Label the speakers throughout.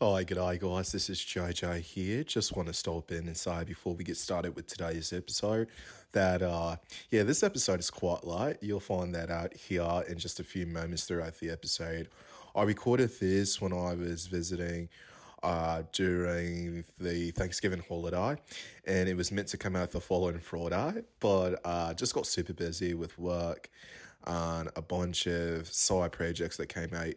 Speaker 1: Hi, g'day guys, this is JJ here. Just want to stop in and say before we get started with today's episode that, uh, yeah, this episode is quite light. You'll find that out here in just a few moments throughout the episode. I recorded this when I was visiting uh, during the Thanksgiving holiday, and it was meant to come out the following Friday, but uh, just got super busy with work and a bunch of side projects that came out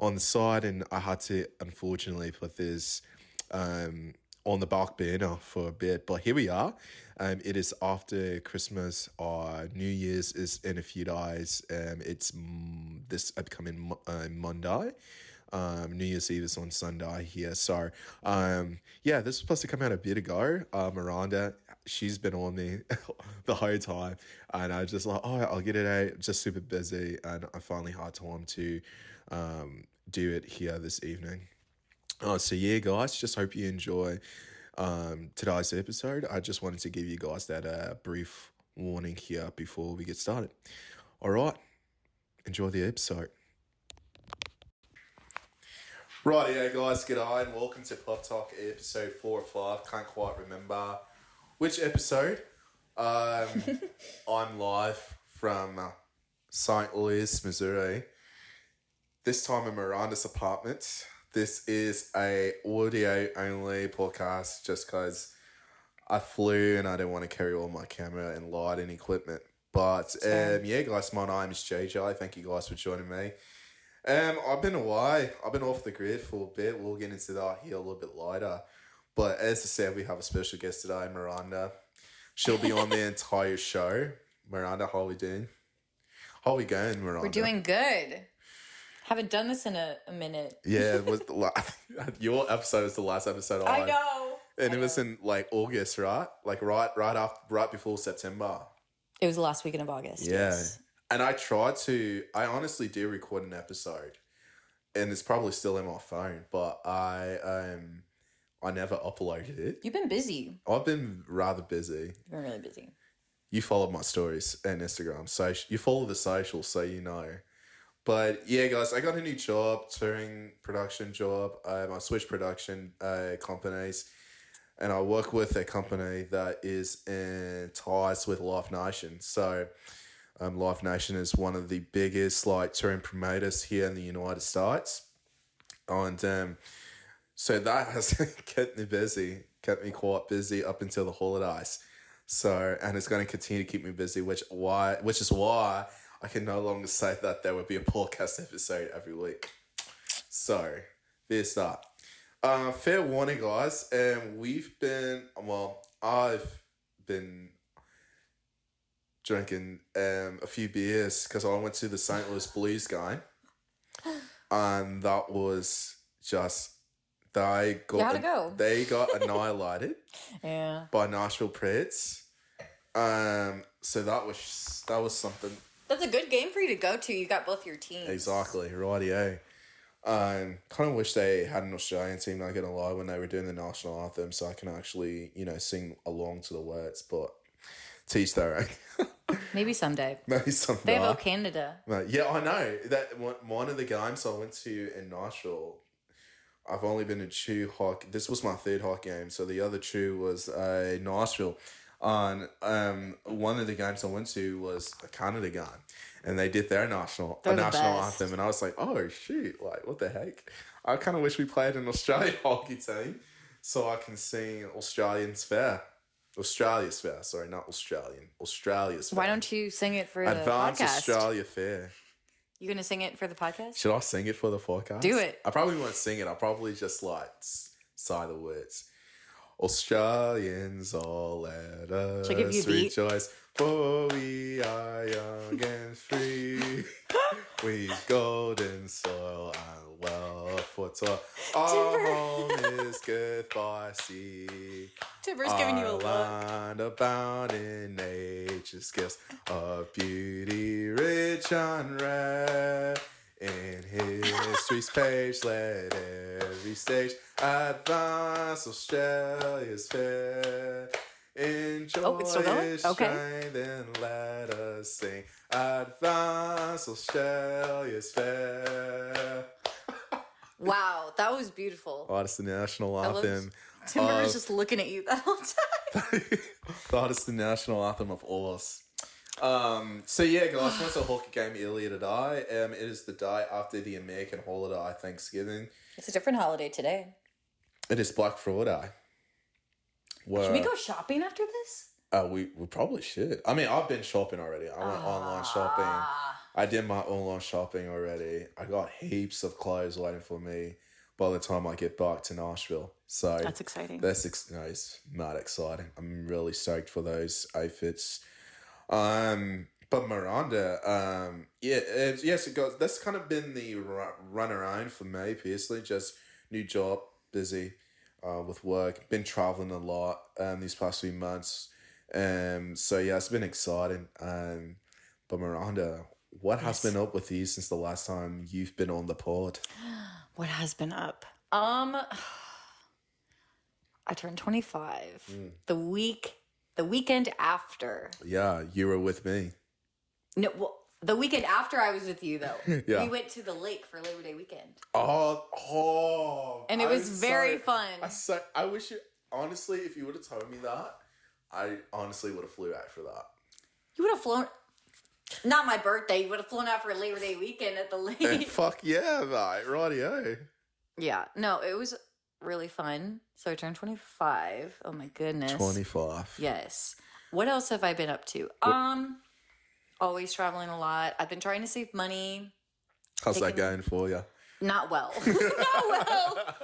Speaker 1: on the side, and I had to unfortunately put this um, on the back burner for a bit. But here we are. Um, it is after Christmas. Uh, New Year's is in a few days. Um, it's mm, this upcoming Mo- uh, Monday. Um, New Year's Eve is on Sunday here. So, um, yeah, this was supposed to come out a bit ago. Uh, Miranda, she's been on me the whole time. And I was just like, oh, I'll get it out. Just super busy. And I finally had time to um, do it here this evening. Oh, so yeah, guys, just hope you enjoy um, today's episode. I just wanted to give you guys that uh, brief warning here before we get started. All right, enjoy the episode. Right, yeah, guys, g'day, and welcome to Pop Talk episode four or five. Can't quite remember which episode. Um, I'm live from uh, St. Louis, Missouri this time in Miranda's apartment. This is a audio only podcast just because I flew and I didn't want to carry all my camera and light and equipment. But um, yeah, guys, my name is JJ. Thank you guys for joining me. Um, I've been away. I've been off the grid for a bit. We'll get into that here a little bit later. But as I said, we have a special guest today, Miranda. She'll be on the entire show. Miranda, how are we doing? How are we going, Miranda?
Speaker 2: We're doing good. Haven't done this in a, a minute.
Speaker 1: Yeah, it was the la- your episode was the last episode I,
Speaker 2: I know.
Speaker 1: and
Speaker 2: I
Speaker 1: it was
Speaker 2: know.
Speaker 1: in like August, right? Like right, right after, right before September.
Speaker 2: It was the last weekend of August.
Speaker 1: Yeah.
Speaker 2: yes.
Speaker 1: And I tried to, I honestly do record an episode, and it's probably still in my phone, but I um, I never uploaded it.
Speaker 2: You've been busy.
Speaker 1: I've been rather busy.
Speaker 2: You've been really busy.
Speaker 1: you followed my stories and Instagram. So you follow the social, so you know. But yeah, guys, I got a new job, touring production job. Um, I switched production uh, companies, and I work with a company that is in ties with Life Nation. So um, Life Nation is one of the biggest like touring promoters here in the United States, and um, so that has kept me busy, kept me quite busy up until the holidays. So, and it's going to continue to keep me busy, which why, which is why I can no longer say that there would be a podcast episode every week. So, there's that. Uh, fair warning, guys. Um, we've been well. I've been drinking um a few beers because I went to the St. Louis Blues game, and that was just they got
Speaker 2: how'd it go?
Speaker 1: they got annihilated
Speaker 2: Yeah.
Speaker 1: by Nashville Preds. Um, so that was that was something
Speaker 2: That's a good game for you to go to. You got both your teams.
Speaker 1: exactly rightio. Um, kind of wish they had an Australian team. Not gonna lie, when they were doing the national anthem, so I can actually you know sing along to the words, but teach their own.
Speaker 2: Maybe someday.
Speaker 1: Maybe someday.
Speaker 2: They have O Canada.
Speaker 1: Mate, yeah, I know that one, one of the games I went to in Nashville. I've only been to two hawk. This was my third hawk game, so the other two was uh, Nashville. On um, one of the games I went to was a Canada game, and they did their national a
Speaker 2: They're the
Speaker 1: national
Speaker 2: best.
Speaker 1: anthem, and I was like, "Oh shoot! Like what the heck?" I kind of wish we played an Australian hockey team, so I can sing Australian's fair, Australia's fair. Sorry, not Australian, Australia's fair.
Speaker 2: Why don't you sing it for
Speaker 1: Advance
Speaker 2: the podcast?
Speaker 1: Australia Fair.
Speaker 2: You gonna sing it for the podcast?
Speaker 1: Should I sing it for the podcast?
Speaker 2: Do it.
Speaker 1: I probably won't sing it. I'll probably just like s- sigh the words. Australians all let us
Speaker 2: I give you a beat?
Speaker 1: rejoice, for we are young and free. we golden soil and wealth for toil. Our
Speaker 2: Timber.
Speaker 1: home is good by sea.
Speaker 2: Timber's giving you a
Speaker 1: Our
Speaker 2: look.
Speaker 1: land abound in nature's gifts of beauty, rich and rare. In history's page, let every stage advance Australia's fair. Enjoy
Speaker 2: Oh, it's still going?
Speaker 1: its
Speaker 2: Okay.
Speaker 1: shine, then let us sing Advance Australia's fair.
Speaker 2: Wow, that was beautiful.
Speaker 1: Oh, it's the national
Speaker 2: love-
Speaker 1: anthem.
Speaker 2: Timber
Speaker 1: uh,
Speaker 2: was just looking at you that whole time.
Speaker 1: that is the national anthem of Oz. Um, so yeah, guys, once a Hawker game earlier today. Um, it is the day after the American holiday Thanksgiving.
Speaker 2: It's a different holiday today.
Speaker 1: It is Black Friday. Well,
Speaker 2: Can we go shopping after this?
Speaker 1: Uh, we, we probably should. I mean, I've been shopping already. I went online shopping.
Speaker 2: Ah.
Speaker 1: I did my online shopping already. I got heaps of clothes waiting for me by the time I get back to Nashville. So
Speaker 3: That's exciting.
Speaker 1: That's ex- no, it's mad exciting. I'm really stoked for those outfits. Um, but Miranda, um, yeah, uh, yes, it goes. That's kind of been the ru- run around for me personally. Just new job, busy uh, with work. Been traveling a lot um, these past few months. Um, so yeah, it's been exciting. Um, but Miranda, what has been up with you since the last time you've been on the pod?
Speaker 3: What has been up?
Speaker 2: Um, I turned 25 the week, the weekend after.
Speaker 1: Yeah, you were with me.
Speaker 2: No, well, the weekend after I was with you though.
Speaker 1: Yeah.
Speaker 2: We went to the lake for Labor Day weekend,
Speaker 1: Oh, oh.
Speaker 2: and it
Speaker 1: I
Speaker 2: was very
Speaker 1: so-
Speaker 2: fun.
Speaker 1: I so, I wish you honestly, if you would have told me that, I honestly would have flew out for that.
Speaker 2: You would have flown. Not my birthday. You would have flown out for Labor Day weekend at the
Speaker 1: And
Speaker 2: lake.
Speaker 1: fuck yeah, mate. Rightio.
Speaker 2: yeah. No, it was really fun. So I turned 25. Oh my goodness.
Speaker 1: five.
Speaker 2: Yes. What else have I been up to? Um, always traveling a lot. I've been trying to save money.
Speaker 1: How's that
Speaker 2: Taking-
Speaker 1: going for you?
Speaker 2: Not well. Not well.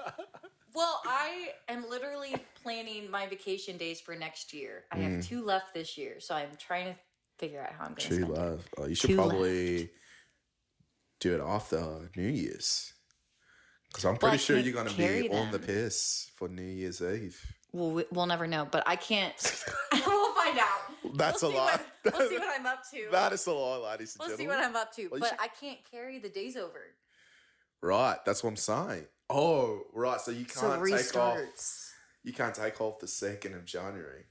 Speaker 2: Well, I am literally planning my vacation days for next year. I have two left this year, so I'm trying to figure out how I'm going to
Speaker 1: Mm. Two
Speaker 2: spend it.
Speaker 1: love. Oh, you should
Speaker 2: Two
Speaker 1: probably do it after New Year's. Because I'm pretty
Speaker 2: I
Speaker 1: sure
Speaker 2: can't
Speaker 1: you're going to
Speaker 2: carry
Speaker 1: be on the
Speaker 2: them.
Speaker 1: piss for New Year's Eve.
Speaker 2: Well, we- we'll never know, but I can't. we'll find out.
Speaker 1: That's
Speaker 2: we'll
Speaker 1: a
Speaker 2: see
Speaker 1: lie.
Speaker 2: What, we'll see what I'm up to.
Speaker 1: That is a lie, ladies and
Speaker 2: we'll see
Speaker 1: gentlemen.
Speaker 2: what I'm up to.
Speaker 1: Well, you
Speaker 2: but
Speaker 1: should-
Speaker 2: I can't carry the days over.
Speaker 1: right, that's what I'm saying. Oh, right. So you
Speaker 2: So
Speaker 1: can't take off.
Speaker 2: restarts.
Speaker 1: You can't take off the second of January.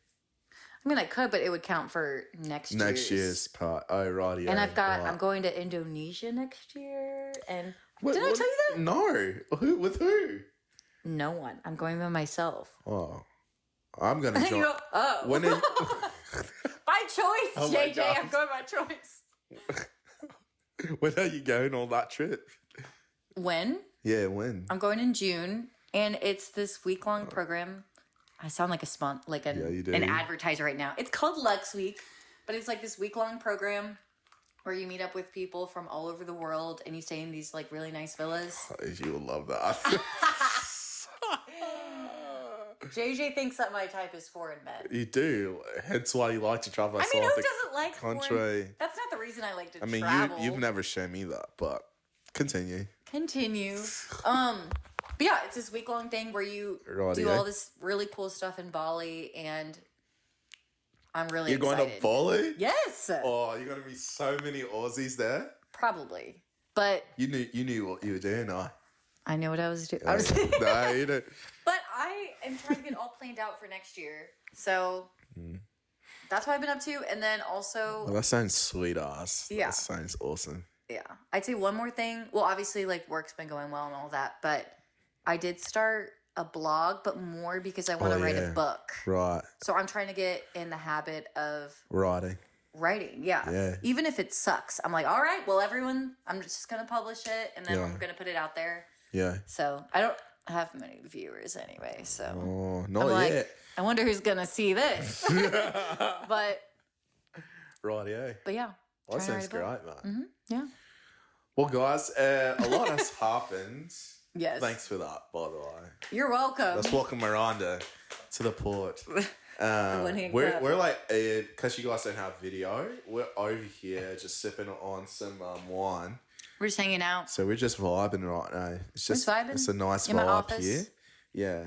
Speaker 2: I mean, I could, but it would count for next
Speaker 1: next
Speaker 2: year's.
Speaker 1: year's part. Oh, right.
Speaker 2: And I've got. I'm going to Indonesia next year, and did I tell you that?
Speaker 1: No. Who with who?
Speaker 2: No one. I'm going by myself.
Speaker 1: Oh, I'm gonna
Speaker 2: You
Speaker 1: join.
Speaker 2: go, oh,
Speaker 1: When are you-
Speaker 2: by choice,
Speaker 1: Oh my
Speaker 2: JJ. I'm
Speaker 1: God.
Speaker 2: going by choice.
Speaker 1: when are you going on that trip?
Speaker 2: When
Speaker 1: Yeah, when?
Speaker 2: I'm going in June, and it's this week long program. I sound like a spon- like an,
Speaker 1: Yeah, you do.
Speaker 2: an advertiser right now. It's called Lux Week, but it's like this week long program where you meet up with people from all over the world, and you stay in these like really nice villas.
Speaker 1: Oh, you will love that.
Speaker 2: JJ thinks that my type is foreign men.
Speaker 1: you do. Hence why you like to travel.
Speaker 2: I mean,
Speaker 1: outside
Speaker 2: who
Speaker 1: the
Speaker 2: doesn't like foreign?
Speaker 1: country?
Speaker 2: That's not the reason I like to
Speaker 1: I mean,
Speaker 2: travel.
Speaker 1: you you've never shown me that, but continue.
Speaker 2: continue. Um, but yeah, it's this week long thing where you do
Speaker 1: Rightio.
Speaker 2: all this really cool stuff in Bali, and I'm really
Speaker 1: You're going
Speaker 2: excited.
Speaker 1: to Bali?
Speaker 2: Yes,
Speaker 1: Oh, you're gonna be so many Aussies there.
Speaker 2: probably. But
Speaker 1: You knew you knew what you were doing, I.
Speaker 2: I know what I was doing. I was-
Speaker 1: no, you don't.
Speaker 2: but I am trying to get all planned out for next year, so
Speaker 1: Mm-hmm.
Speaker 2: that's what I've been up to. And then also,
Speaker 1: Well, that sounds sweet ass.
Speaker 2: Yeah.
Speaker 1: That sounds awesome.
Speaker 2: Yeah. I'd say one more thing. Well, obviously, like work's been going well and all that, but I did start a blog, but more because I want to
Speaker 1: Oh,
Speaker 2: write
Speaker 1: yeah.
Speaker 2: a book.
Speaker 1: Right.
Speaker 2: So I'm trying to get in the habit of
Speaker 1: Writing.
Speaker 2: writing. Yeah.
Speaker 1: Yeah.
Speaker 2: Even if it sucks, I'm like, all right, well, everyone, I'm just going to publish it and then I'm
Speaker 1: Yeah.
Speaker 2: going to put it out there.
Speaker 1: Yeah.
Speaker 2: So I don't have many viewers anyway. So
Speaker 1: Oh, not
Speaker 2: I'm like,
Speaker 1: yet.
Speaker 2: I wonder who's going to see this. but,
Speaker 1: right, yeah.
Speaker 2: but yeah.
Speaker 1: That
Speaker 2: trying to
Speaker 1: sounds
Speaker 2: write a book.
Speaker 1: great, man.
Speaker 2: Yeah.
Speaker 1: Well, guys, uh, a lot has happened.
Speaker 2: Yes. Um,
Speaker 1: Thanks for that, by the way.
Speaker 2: You're welcome.
Speaker 1: Let's welcome Miranda to the port. Um,
Speaker 2: one hand
Speaker 1: we're,
Speaker 2: clap.
Speaker 1: we're like, because you guys don't have video, we're over here just sipping on some um, wine.
Speaker 2: We're just hanging out.
Speaker 1: So we're just vibing right now. It's
Speaker 2: We're
Speaker 1: just
Speaker 2: vibing
Speaker 1: It's a nice
Speaker 2: in my
Speaker 1: vibe
Speaker 2: office.
Speaker 1: here. Yeah.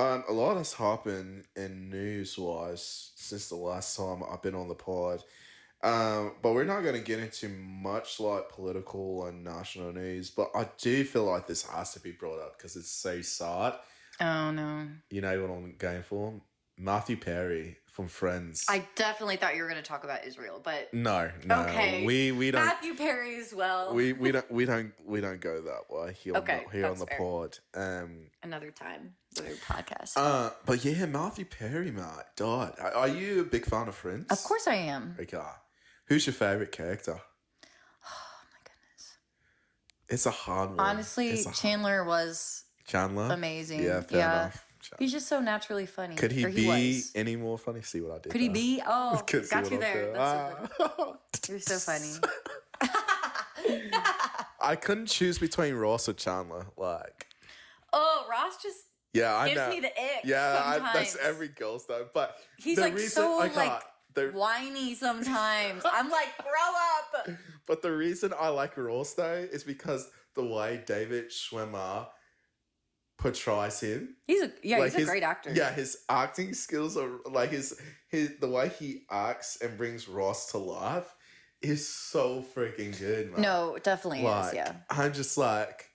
Speaker 1: Um, a lot has happened in news wise since the last time I've been on the pod. Um, but we're not going to get into much like political and national news. But I do feel like this has to be brought up because it's so sad.
Speaker 2: Oh, no.
Speaker 1: You know what I'm going for? Matthew Perry from Friends.
Speaker 2: I definitely thought you were going to talk about Israel, but
Speaker 1: no, no,
Speaker 2: Okay.
Speaker 1: we we don't
Speaker 2: Matthew Perry as well.
Speaker 1: we, we don't we don't we don't go that way here
Speaker 2: Oh. Okay,
Speaker 1: on the, here on
Speaker 2: that's
Speaker 1: the
Speaker 2: fair.
Speaker 1: pod. Um,
Speaker 2: Another time, another podcast.
Speaker 1: uh, but yeah, Matthew Perry, Matt. God, are are you a big fan of Friends?
Speaker 2: of course, I am.
Speaker 1: Okay, who's your favorite character?
Speaker 2: Oh my goodness.
Speaker 1: It's a hard one.
Speaker 2: Honestly,
Speaker 1: It's a-
Speaker 2: Chandler was
Speaker 1: Chandler.
Speaker 2: amazing.
Speaker 1: Yeah, fair
Speaker 2: Yeah.
Speaker 1: enough. Chandler.
Speaker 2: He's just so naturally funny.
Speaker 1: Could he,
Speaker 2: Or
Speaker 1: be
Speaker 2: was.
Speaker 1: any more funny? See what I did.
Speaker 2: Could he
Speaker 1: there.
Speaker 2: be? Oh,
Speaker 1: Could see
Speaker 2: got
Speaker 1: what
Speaker 2: you
Speaker 1: I
Speaker 2: there.
Speaker 1: did.
Speaker 2: That's so funny.
Speaker 1: Ah.
Speaker 2: You're so funny.
Speaker 1: I couldn't choose between Ross or Chandler. Like,
Speaker 2: oh, Ross just
Speaker 1: yeah, I
Speaker 2: gives
Speaker 1: know.
Speaker 2: me the ick.
Speaker 1: yeah, I,
Speaker 2: sometimes.
Speaker 1: that's every girl's though. But
Speaker 2: He's
Speaker 1: the
Speaker 2: like
Speaker 1: reason
Speaker 2: so
Speaker 1: I
Speaker 2: like
Speaker 1: got the,
Speaker 2: whiny sometimes. I'm like, grow up.
Speaker 1: But the reason I like Ross though is because the way David Schwimmer portrays him.
Speaker 2: He's a yeah,
Speaker 1: Like,
Speaker 2: he's a
Speaker 1: his-
Speaker 2: great actor.
Speaker 1: Yeah, his acting skills are like his his the way he acts and brings Ross to life is so freaking good, man.
Speaker 2: No, definitely
Speaker 1: like
Speaker 2: is. Yeah.
Speaker 1: I'm just like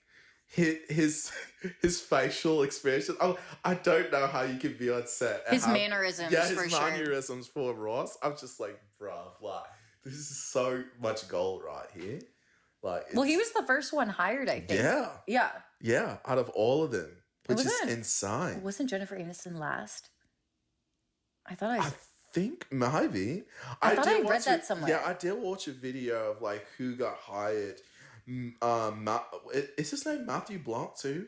Speaker 1: his his, his facial expression. I, I don't know how you can be on set. and
Speaker 2: His
Speaker 1: have-
Speaker 2: mannerisms
Speaker 1: yeah,
Speaker 2: for
Speaker 1: his
Speaker 2: sure.
Speaker 1: mannerisms for Ross. I'm just like, bruh, like this is so much gold right here. Like,
Speaker 2: Well,
Speaker 1: it's-
Speaker 2: he was the first one hired, I think.
Speaker 1: yeah,
Speaker 2: Yeah.
Speaker 1: yeah, out of all of them, which
Speaker 2: Was
Speaker 1: is
Speaker 2: it?
Speaker 1: insane.
Speaker 2: Wasn't Jennifer Aniston last? I thought I
Speaker 1: I
Speaker 2: was
Speaker 1: think maybe.
Speaker 2: I thought
Speaker 1: did
Speaker 2: I read
Speaker 1: watch
Speaker 2: that
Speaker 1: a-
Speaker 2: somewhere.
Speaker 1: Yeah, I did watch a video of like who got hired. Mm, Um, Ma- i- is his name Matthew Blanc too,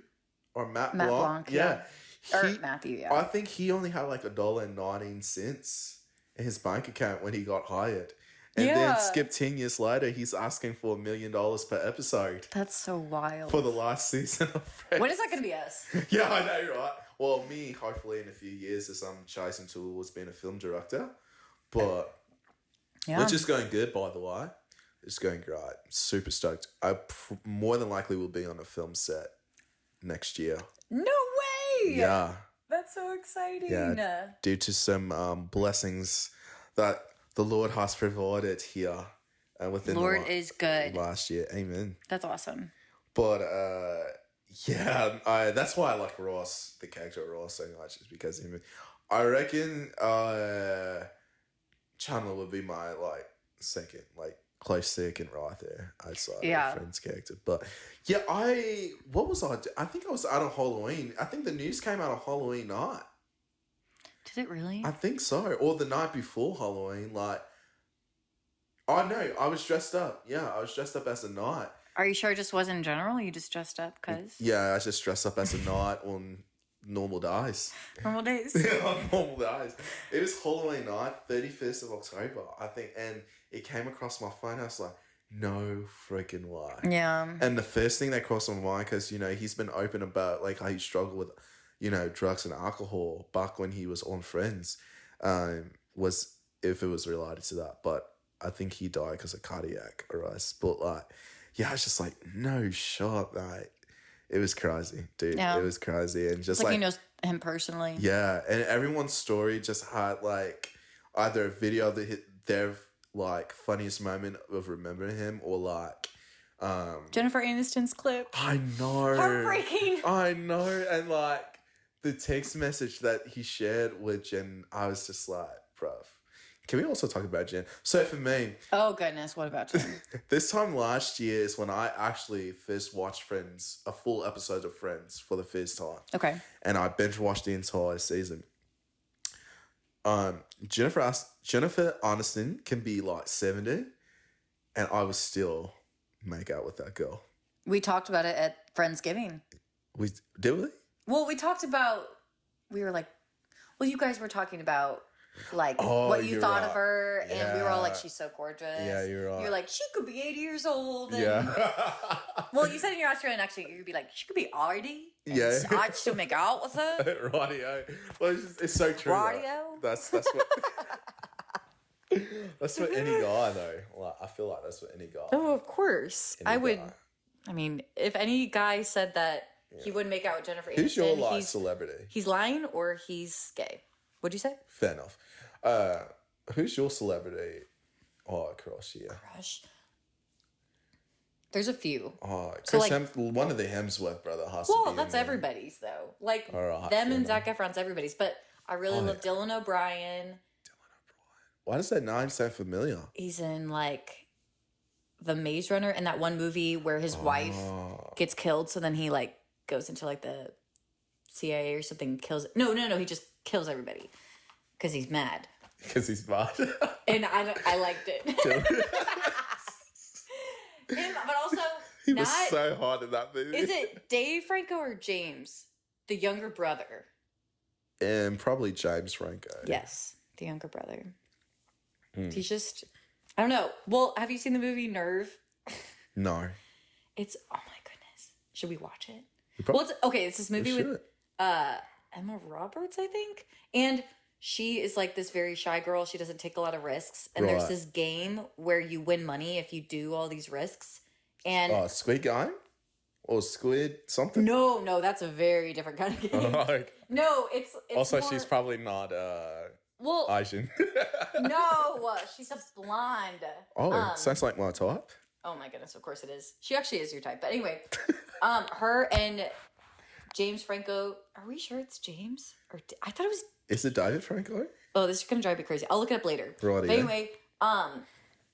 Speaker 1: or Matt,
Speaker 2: Matt
Speaker 1: Blanc?
Speaker 2: Blanc, yeah.
Speaker 1: He-
Speaker 2: or Matthew, yeah.
Speaker 1: I think he only had like a dollar and nineteen cents in his bank account when he got hired, and
Speaker 2: Yeah.
Speaker 1: then skip ten years later, he's asking for a million dollars per episode
Speaker 2: That's so wild.
Speaker 1: for the last season of Friends.
Speaker 2: when is that gonna be us?
Speaker 1: yeah, I know, right? Well, me, hopefully, in a few years, as I'm chasing towards being a film director. But
Speaker 2: Yeah.
Speaker 1: which is going good, by the way. It's going great. Super stoked. I pr- more than likely will be on a film set next year.
Speaker 2: no way.
Speaker 1: Yeah,
Speaker 2: That's so exciting.
Speaker 1: Yeah. due to some um, blessings that the Lord has provided here uh, within
Speaker 2: Lord
Speaker 1: the la-
Speaker 2: is good.
Speaker 1: last year. Amen.
Speaker 2: That's awesome.
Speaker 1: But uh, yeah, um, I, that's why I like Ross, the character of Ross, so much, is because him. I reckon uh, Chandler would be my like second, like close second right there outside
Speaker 2: Yeah.
Speaker 1: of Friends character. But yeah, I what was I? do- I think I was out on Halloween. I think the news came out on Halloween night.
Speaker 2: Did it really?
Speaker 1: I think so, or the night before Halloween. Like, I know I was dressed up. Yeah, I was dressed up as a knight.
Speaker 2: Are you sure it just wasn't in general? You just dressed up because
Speaker 1: Yeah, I just dress up as a knight on normal days.
Speaker 2: normal days.
Speaker 1: on normal days. It was Halloween night, 31st of October, I think, and it came across my phone. I was like, no freaking way.
Speaker 2: yeah.
Speaker 1: And the first thing that crossed my mind, because, you know, he's been open about, like, how he struggled with, you know, drugs and alcohol back when he was on Friends, um, was if it was related to that. But I think he died because of cardiac arrest. But, like, yeah, I was just like, no shot, mate. It was crazy, dude.
Speaker 2: Yeah.
Speaker 1: It was crazy. And
Speaker 2: It's
Speaker 1: just
Speaker 2: like,
Speaker 1: like,
Speaker 2: he knows him personally.
Speaker 1: yeah, and everyone's story just had like either a video that hit their like funniest moment of remembering him or like um
Speaker 2: Jennifer Aniston's clip.
Speaker 1: I know.
Speaker 2: Heartbreaking.
Speaker 1: I know and like the text message that he shared with Jen, I was just like, bruv. Can we also talk about Jen? So for me,
Speaker 2: Oh goodness, what about you?
Speaker 1: this time last year is when I actually first watched Friends, a full episode of Friends for the first time
Speaker 2: okay.
Speaker 1: and I binge watched the entire season. Um, Jennifer As- Jennifer Aniston can be like seventy, and I would still make out with that girl.
Speaker 2: We talked about it at Friendsgiving.
Speaker 1: We did we?
Speaker 2: Well, we talked about we were like well, you guys were talking about like
Speaker 1: Oh,
Speaker 2: what you
Speaker 1: you're
Speaker 2: thought
Speaker 1: right.
Speaker 2: of her and we were all like
Speaker 1: Yeah.
Speaker 2: she's so gorgeous.
Speaker 1: Yeah, you're right.
Speaker 2: You're like she could be 80 years old and
Speaker 1: yeah,
Speaker 2: Well, you said in your Australian accent, you'd be like, she could be Artie. and
Speaker 1: Yeah.
Speaker 2: s- I'd still make out with her.
Speaker 1: radio. Well, it's, just- it's so true. right?
Speaker 2: Radio?
Speaker 1: That's that's what. that's what any guy though. Like I feel like that's what any guy.
Speaker 2: Oh, of course.
Speaker 1: any
Speaker 2: I would.
Speaker 1: guy.
Speaker 2: I mean, if any guy said that he would make out with Jennifer
Speaker 1: Who's your
Speaker 2: Aniston,
Speaker 1: like
Speaker 2: he's,
Speaker 1: celebrity?
Speaker 2: he's lying or he's gay. What'd you say?
Speaker 1: Fair enough. Uh, who's your celebrity? Oh, across here.
Speaker 2: Gosh. There's a few.
Speaker 1: Oh, Chris
Speaker 2: like-
Speaker 1: Hems- one of the Hemsworth brother has to be
Speaker 2: Well,
Speaker 1: in
Speaker 2: that's
Speaker 1: there.
Speaker 2: everybody's, though. Like,
Speaker 1: All right,
Speaker 2: them
Speaker 1: fair
Speaker 2: and Zac Efron's everybody's. But I really
Speaker 1: Oh,
Speaker 2: love Dylan O'Brien.
Speaker 1: Why does that nine sound familiar?
Speaker 2: He's in like the Maze Runner and that one movie where his wife
Speaker 1: Oh.
Speaker 2: gets killed. So then he like goes into like the CIA or something. Kills no, no, no. He just kills everybody because he's mad.
Speaker 1: Because he's mad.
Speaker 2: And I I liked it. Him, but also
Speaker 1: he
Speaker 2: not
Speaker 1: was so hard in that movie.
Speaker 2: is it Dave Franco or James, the younger brother?
Speaker 1: And probably James Franco.
Speaker 2: Yes, the younger brother.
Speaker 1: Hmm.
Speaker 2: He's just I don't know. Well, have you seen the movie Nerve?
Speaker 1: No.
Speaker 2: It's oh my goodness. Should we watch it?
Speaker 1: We
Speaker 2: Well,
Speaker 1: probably
Speaker 2: it's, okay, it's this movie with
Speaker 1: should.
Speaker 2: uh Emma Roberts, I think. And she is like this very shy girl. She doesn't take a lot of risks. And there's
Speaker 1: Right.
Speaker 2: this game where you win money if you do all these risks. And
Speaker 1: Oh, Squid Game? Or Squid something?
Speaker 2: no, no, that's a very different kind of game.
Speaker 1: Like,
Speaker 2: no, it's, it's
Speaker 1: also,
Speaker 2: more-
Speaker 1: she's probably not uh,
Speaker 2: well,
Speaker 1: Asian.
Speaker 2: no, she's a blonde.
Speaker 1: oh,
Speaker 2: Um,
Speaker 1: sounds like my type.
Speaker 2: Oh my goodness, of course it is. She actually is your type. But anyway, um, her and James Franco. Are we sure it's James? Or D- I thought it was.
Speaker 1: Is it David Franco?
Speaker 2: Oh, this is gonna drive me crazy. I'll look it up later.
Speaker 1: Right,
Speaker 2: But
Speaker 1: yeah.
Speaker 2: anyway, um,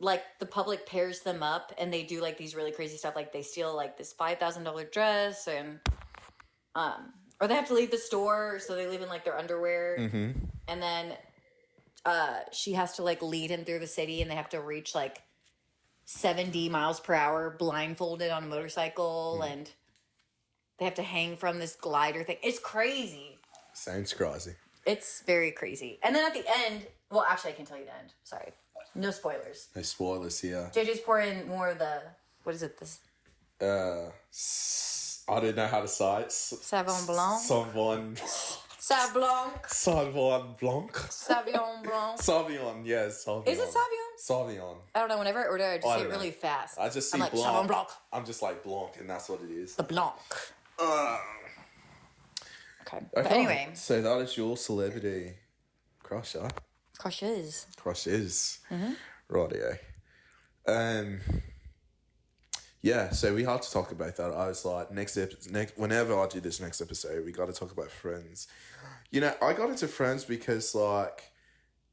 Speaker 2: like the public pairs them up and they do like these really crazy stuff. Like they steal like this five thousand dollar dress and um, or they have to leave the store, so they leave in like their underwear
Speaker 1: Mm-hmm.
Speaker 2: and then uh she has to like lead him through the city and they have to reach like 70 miles per hour blindfolded on a motorcycle
Speaker 1: Hmm.
Speaker 2: and they have to hang from this glider thing it's crazy
Speaker 1: Sounds crazy.
Speaker 2: it's very crazy and then at the end well actually i can tell you the end sorry no spoilers
Speaker 1: No spoilers here.
Speaker 2: jj's pouring more of the what is it this
Speaker 1: Uh, s- I don't know how to say it. S-
Speaker 2: savon blanc
Speaker 1: Sauvignon.
Speaker 2: savon
Speaker 1: Sauvignon Blanc.
Speaker 2: savon blanc
Speaker 1: Sauvignon, yes. Sauvignon.
Speaker 2: is it savon
Speaker 1: Sauvignon.
Speaker 2: i don't know whenever i order i just
Speaker 1: Oh, I
Speaker 2: say it
Speaker 1: don't know.
Speaker 2: really fast
Speaker 1: I just see
Speaker 2: i'm like
Speaker 1: Blanc.
Speaker 2: savon blanc
Speaker 1: I'm just like Blanc, and that's what it is.
Speaker 2: the blanc
Speaker 1: Uh,
Speaker 2: okay, but anyway
Speaker 1: So that is your celebrity crusher.
Speaker 2: Crushes.
Speaker 1: Crush is.
Speaker 2: Mm-hmm.
Speaker 1: Radio. Um yeah, so we had to talk about that. I was like, next ep- next whenever I do this next episode, we got to talk about Friends. You know, I got into Friends because like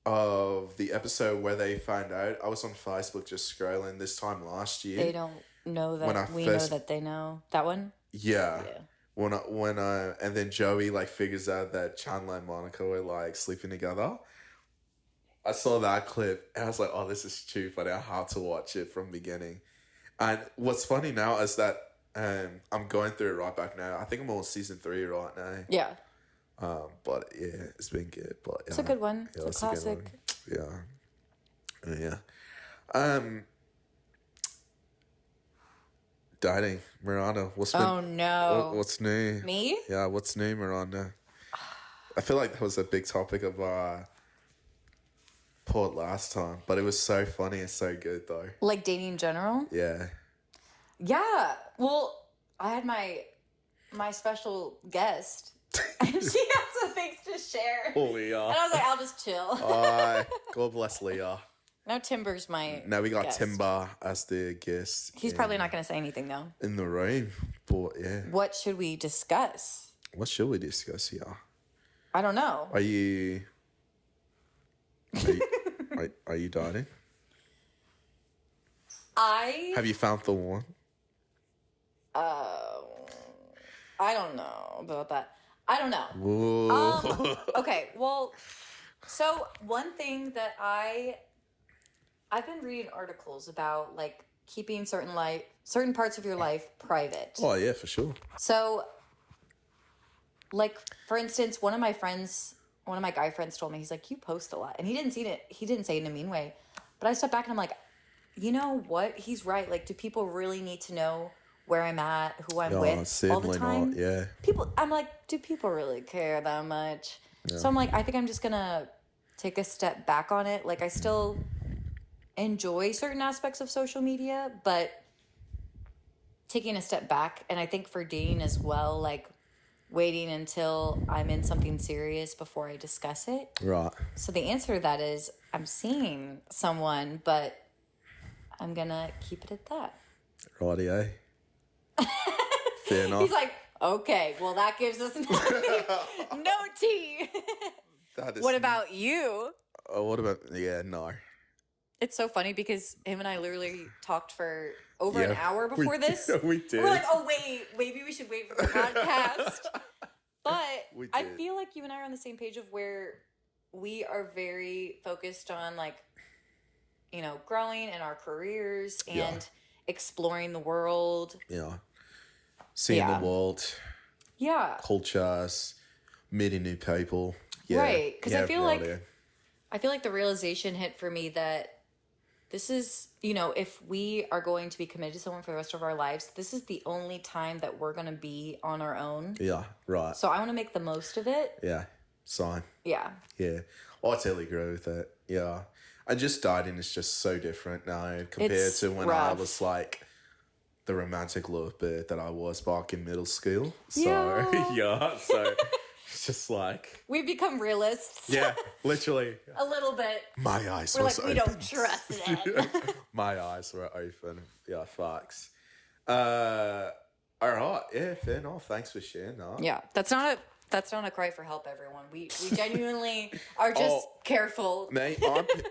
Speaker 1: of the episode where they found out. I was on Facebook just scrolling this time last year.
Speaker 2: They don't know that
Speaker 1: When I
Speaker 2: we
Speaker 1: first- Uh,
Speaker 2: know that they know that one.
Speaker 1: Yeah.
Speaker 2: Yeah.
Speaker 1: When I, when I, and then Joey like figures out that Chandler and Monica were like sleeping together. I saw that clip and I was like, oh, this is too funny. I had to watch it from beginning. And what's funny now is that um, I'm going through it right back now. I think I'm on season three right now.
Speaker 2: Yeah,
Speaker 1: Um, but yeah, it's been good. But
Speaker 2: it's
Speaker 1: yeah.
Speaker 2: a good one.
Speaker 1: Yeah,
Speaker 2: it's
Speaker 1: that's
Speaker 2: a
Speaker 1: a good
Speaker 2: classic.
Speaker 1: one. Yeah. Yeah. Um Dating, Miranda. What's been,
Speaker 2: Oh no,
Speaker 1: what- what's new?
Speaker 2: me?
Speaker 1: Yeah, what's new, Miranda? I feel like that was a big topic of uh port last time, but it was so funny and so good though.
Speaker 2: Like dating in general?
Speaker 1: Yeah.
Speaker 2: Yeah. Well, I had my my special guest, and she had some things to share. And
Speaker 1: Oh Leah.
Speaker 2: I was like, I'll just chill.
Speaker 1: Hi. God bless Leah.
Speaker 2: now Timber's my.
Speaker 1: Now we got
Speaker 2: guest.
Speaker 1: Timber as the guest.
Speaker 2: He's
Speaker 1: in-
Speaker 2: probably not going to say anything though.
Speaker 1: in the room. But yeah.
Speaker 2: What should we discuss?
Speaker 1: What should we discuss here?
Speaker 2: I don't know.
Speaker 1: Are you? Are you, are, are you dating?
Speaker 2: I
Speaker 1: Have you found the one?
Speaker 2: uh, I don't know about that. I don't know.
Speaker 1: Whoa!
Speaker 2: Um, okay, well, so one thing that I I've been reading articles about like keeping certain life certain parts of your life private.
Speaker 1: oh yeah, for sure.
Speaker 2: So like for instance, one of my friends, one of my guy friends told me he's like you post a lot. And he didn't see it he didn't say it in a mean way. But I stepped back and I'm like, "You know what? He's right. Like do people really need to know where I'm at, who I'm
Speaker 1: Yeah,
Speaker 2: with all the
Speaker 1: certainly
Speaker 2: time?"
Speaker 1: not. Yeah,
Speaker 2: people i'm like do people really care that much so i'm like i think i'm just gonna take a step back on it like i still enjoy certain aspects of social media but taking a step back and i think for dating as well like waiting until i'm in something serious before i discuss it
Speaker 1: right.
Speaker 2: so the answer to that is i'm seeing someone but i'm gonna keep it at that
Speaker 1: Rightio. Fair eh? enough.
Speaker 2: he's like okay well that gives us nothing. no tea
Speaker 1: that is,
Speaker 2: What about you?
Speaker 1: Oh, what about? Yeah, no.
Speaker 2: It's so funny because him and I literally talked for over an
Speaker 1: Yeah,
Speaker 2: hour
Speaker 1: we
Speaker 2: before
Speaker 1: did-
Speaker 2: this.
Speaker 1: we did.
Speaker 2: We're like, oh wait, maybe we should wait for the podcast. but
Speaker 1: We
Speaker 2: I
Speaker 1: did.
Speaker 2: feel like you and I are on the same page of where we are very focused on like, you know, growing in our careers and
Speaker 1: Yeah.
Speaker 2: exploring the world.
Speaker 1: Yeah. Seeing
Speaker 2: Yeah.
Speaker 1: the world,
Speaker 2: Yeah.
Speaker 1: cultures, meeting new people. Yeah.
Speaker 2: Right, 'cause I
Speaker 1: Yeah,
Speaker 2: feel
Speaker 1: right
Speaker 2: like-
Speaker 1: there.
Speaker 2: I feel like the realization hit for me that this is, you know, if we are going to be committed to someone for the rest of our lives, this is the only time that we're going to be on our own.
Speaker 1: Yeah. Right.
Speaker 2: So I want to make the most of it.
Speaker 1: yeah. Sign.
Speaker 2: Yeah.
Speaker 1: Yeah. I totally agree with that. Yeah. I just dating is just so different now compared
Speaker 2: It's
Speaker 1: to when I
Speaker 2: rough.
Speaker 1: was like the romantic lovebird that I was back in middle school. So
Speaker 2: Yeah.
Speaker 1: yeah so it's just like
Speaker 2: We've become realists
Speaker 1: Yeah, literally.
Speaker 2: a little bit.
Speaker 1: My eyes
Speaker 2: We're
Speaker 1: were
Speaker 2: like,
Speaker 1: so
Speaker 2: we don't trust that.
Speaker 1: My eyes were open. Yeah, fucks. Uh, all right. Yeah, fair enough. Thanks for sharing that.
Speaker 2: yeah. That's not a. That's not a cry for help, everyone. We we genuinely are just
Speaker 1: Oh.
Speaker 2: careful.
Speaker 1: Mate, I'm, pe-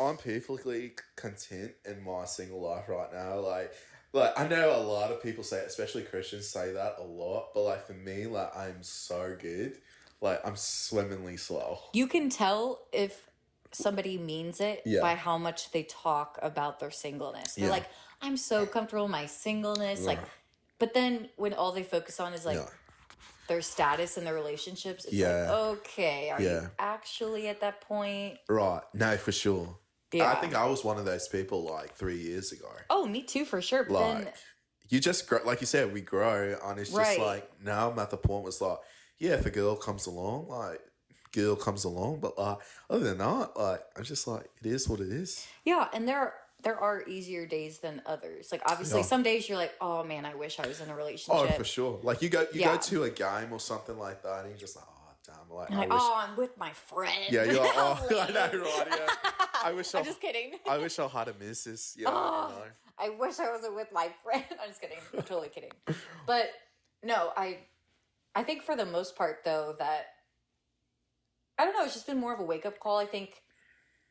Speaker 1: I'm perfectly content in my single life right now. Like, like I know a lot of people say, especially Christians say that a lot, but like for me, like I'm so good. Like I'm swimmingly slow.
Speaker 2: You can tell if somebody means it
Speaker 1: Yeah.
Speaker 2: by how much they talk about their singleness. They're
Speaker 1: Yeah.
Speaker 2: like, I'm so comfortable in my singleness. Like,
Speaker 1: Yeah.
Speaker 2: but then when all they focus on is like
Speaker 1: Yeah.
Speaker 2: their status and their relationships, it's like,
Speaker 1: Yeah.
Speaker 2: okay, are
Speaker 1: Yeah.
Speaker 2: you actually at that point?
Speaker 1: Right. No, for sure.
Speaker 2: Yeah.
Speaker 1: I think I was one of those people like three years ago.
Speaker 2: oh, me too, for sure. But then,
Speaker 1: like you just grow like you said we grow and it's just
Speaker 2: Right.
Speaker 1: like now i'm at the point where it's like yeah if a girl comes along like girl comes along but like other than that like i'm just like it is what it is
Speaker 2: yeah, and there are. There are easier days than others. Like obviously,
Speaker 1: Yeah.
Speaker 2: some days you're like, "Oh man, I wish I was in a relationship."
Speaker 1: oh for sure like you go you
Speaker 2: Yeah.
Speaker 1: go to a game or something like that and you're just like oh damn like,
Speaker 2: You're like,
Speaker 1: i wish
Speaker 2: "Oh, I'm with my friend."
Speaker 1: yeah you're like oh i know
Speaker 2: lame.
Speaker 1: right yeah. i wish i
Speaker 2: I'm just kidding.
Speaker 1: i wish i had a missus yeah
Speaker 2: Oh.
Speaker 1: you know?
Speaker 2: I wish I wasn't with my friend. I'm just kidding. I'm totally kidding. But no, I I think for the most part though that I don't know, it's just been more of a wake up call. I think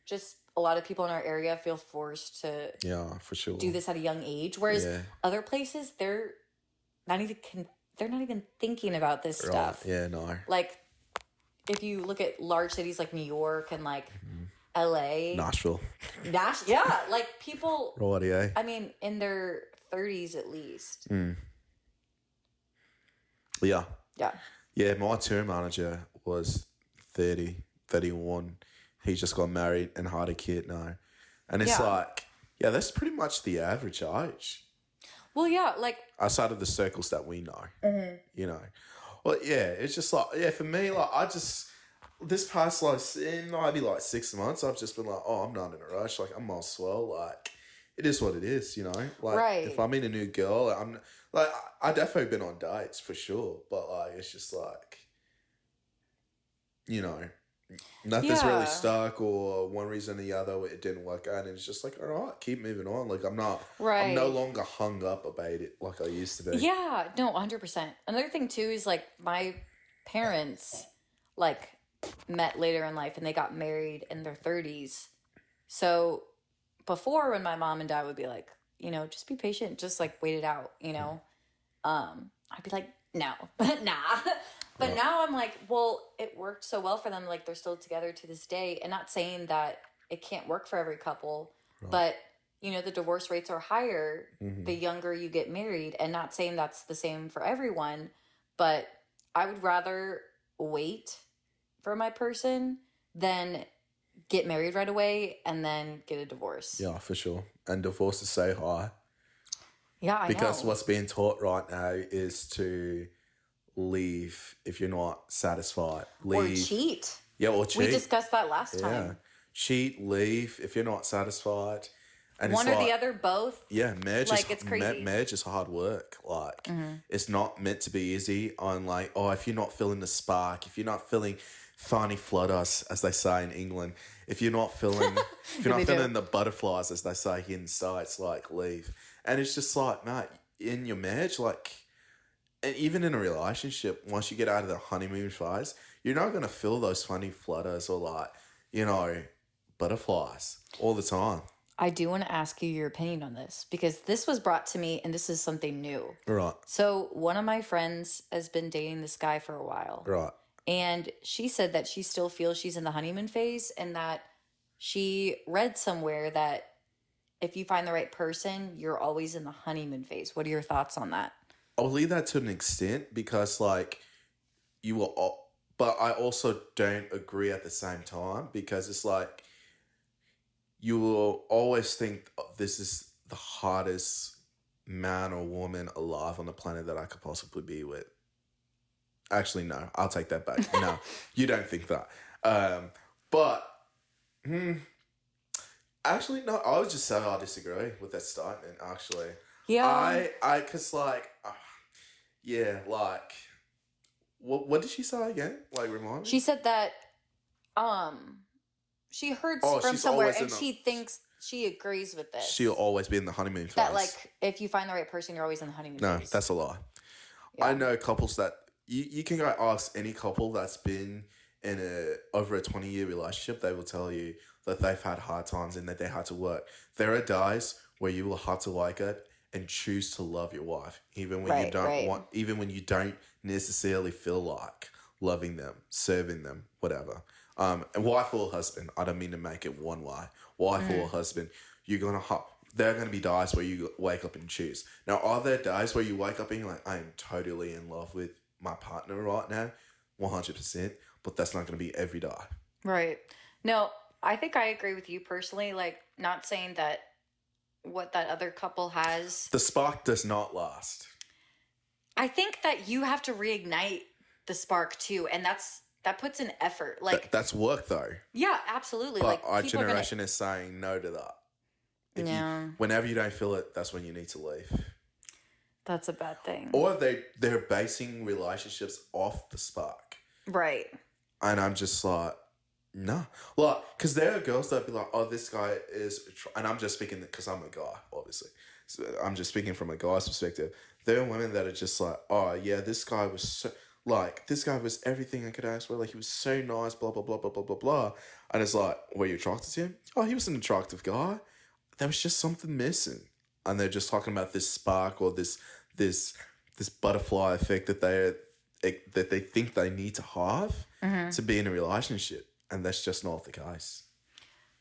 Speaker 2: just a lot of people in our area feel forced to
Speaker 1: yeah for sure
Speaker 2: do this at a young age. Whereas
Speaker 1: yeah
Speaker 2: other places they're not even con- they're not even thinking about this
Speaker 1: right.
Speaker 2: stuff.
Speaker 1: yeah no
Speaker 2: Like if you look at large cities like New York and like
Speaker 1: Mm-hmm.
Speaker 2: LA,
Speaker 1: nashville
Speaker 2: Nash- yeah, like people
Speaker 1: right yeah
Speaker 2: I mean, in their 30s at least.
Speaker 1: Mm. yeah
Speaker 2: Yeah.
Speaker 1: Yeah, my tour manager was 30, 31. He just got married and had a kid now. And it's
Speaker 2: Yeah.
Speaker 1: like, yeah, that's pretty much the average age
Speaker 2: Well, yeah, like,
Speaker 1: outside of the circles that we know, you know. Well, yeah, it's just like, yeah, for me, like, I just, this past, like, it might be like six months, I've just been like, oh, I'm not in a rush. Like, I'm all swell. Like, it is what it is, you know? Like,
Speaker 2: Right.
Speaker 1: if I meet a new girl, I'm, like, I, I definitely been on dates for sure, but, like, it's just like, you know, nothing's
Speaker 2: Yeah.
Speaker 1: really stuck or one reason or the other it didn't work out and it's just like all right keep moving on like i'm not
Speaker 2: right.
Speaker 1: i'm no longer hung up about it like i used to be
Speaker 2: yeah, no, 100%. Another thing, too, is like my parents, like, met later in life and they got married in their 30s. So before, when my mom and dad would be like, you know, just be patient, just like wait it out, you know, um, I'd be like, no, nah. But
Speaker 1: Yeah.
Speaker 2: now I'm like, well, it worked so well for them. Like they're still together to this day. And not saying that it can't work for every couple,
Speaker 1: Right.
Speaker 2: but you know, the divorce rates are higher
Speaker 1: Mhm.
Speaker 2: the younger you get married. And not saying that's the same for everyone, but I would rather wait for my person than get married right away and then get a divorce.
Speaker 1: yeah for sure and divorce is so high
Speaker 2: Yeah, I
Speaker 1: because
Speaker 2: know.
Speaker 1: what's being taught right now is to leave if you're not satisfied
Speaker 2: or
Speaker 1: leave
Speaker 2: cheat.
Speaker 1: yeah or cheat
Speaker 2: We discussed that last
Speaker 1: yeah
Speaker 2: time.
Speaker 1: cheat leave if you're not satisfied and
Speaker 2: One
Speaker 1: it's
Speaker 2: or
Speaker 1: like,
Speaker 2: the other, both.
Speaker 1: Yeah, marriage
Speaker 2: Like,
Speaker 1: is
Speaker 2: it's
Speaker 1: ma-
Speaker 2: crazy.
Speaker 1: marriage is hard work. Like
Speaker 2: Mhm.
Speaker 1: it's not meant to be easy. On like, oh, if you're not feeling the spark, if you're not feeling funny flutters, as they say in England, if you're not feeling, if you're
Speaker 2: They
Speaker 1: not
Speaker 2: do.
Speaker 1: feeling the butterflies, as they say here in sites, like leave. And it's just like, mate, in your marriage, like, and even in a relationship, once you get out of the honeymoon phase, you're not gonna feel those funny flutters or like, you know, butterflies all the time.
Speaker 2: I do want to ask you your opinion on this because this was brought to me and this is something new.
Speaker 1: Right,
Speaker 2: So, one of my friends has been dating this guy for a while.
Speaker 1: right.
Speaker 2: And she said that she still feels she's in the honeymoon phase and that she read somewhere that if you find the right person, you're always in the honeymoon phase. What are your thoughts on that?
Speaker 1: I'll leave that to an extent because, like, you will, al- but I also don't agree at the same time because it's like you will always think "Oh, this is the hardest man or woman alive on the planet that I could possibly be with. Actually, no, I'll take that back. no, you don't think that. Um, but, hmm, actually, no, I would just say I disagree with that statement, actually.
Speaker 2: Yeah.
Speaker 1: I I cause like uh, yeah, like what what did she say again? Like remind me.
Speaker 2: she said that um she heard
Speaker 1: Oh,
Speaker 2: from
Speaker 1: she's
Speaker 2: somewhere
Speaker 1: always in
Speaker 2: and
Speaker 1: the-
Speaker 2: she thinks she agrees with this.
Speaker 1: She'll always be in the honeymoon phase.
Speaker 2: that like if you find the right person, you're always in the honeymoon
Speaker 1: no,
Speaker 2: phase.
Speaker 1: that's a lie. I
Speaker 2: Yeah.
Speaker 1: know couples that you, you can go ask any couple that's been in a over a twenty year relationship, they will tell you that they've had hard times and that they had to work. There are days where you will have to wake up and choose to love your wife, even when you
Speaker 2: Right,
Speaker 1: don't
Speaker 2: right.
Speaker 1: want, even when you don't necessarily feel like loving them, serving them, whatever. Um, and wife or husband. I don't mean to make it one way. Wife
Speaker 2: Mm.
Speaker 1: or husband. You're gonna hop. There are gonna be days where you wake up and choose. Now, are there days where you wake up and you're like, I am totally in love with my partner right now, one hundred percent. But that's not gonna be every day.
Speaker 2: Right. No, I think I agree with you personally. Like, not saying that what that other couple has.
Speaker 1: The spark does not last.
Speaker 2: I think that you have to reignite the spark too, and that's that puts an effort.
Speaker 1: Th-
Speaker 2: Like,
Speaker 1: that's work though.
Speaker 2: yeah, absolutely.
Speaker 1: But
Speaker 2: like,
Speaker 1: our
Speaker 2: people are gonna-
Speaker 1: generation is saying no to that. If you-
Speaker 2: Yeah.
Speaker 1: whenever you don't feel it, that's when you need to leave.
Speaker 2: that's a bad thing.
Speaker 1: Or they they're basing relationships off the spark,
Speaker 2: right.
Speaker 1: and I'm just like, nah, like because there are girls that be like, oh, this guy is, tr-, and I'm just speaking because I'm a guy, obviously. So I'm just speaking from a guy's perspective. There are women that are just like, oh yeah, this guy was so like this guy was everything I could ask for. Like he was so nice, blah blah blah blah blah blah blah. And it's like, were you attracted to him? Oh, he was an attractive guy. There was just something missing. And they're just talking about this spark or this this this butterfly effect that they e, that they think they need to have to be in a relationship. And that's just not the case.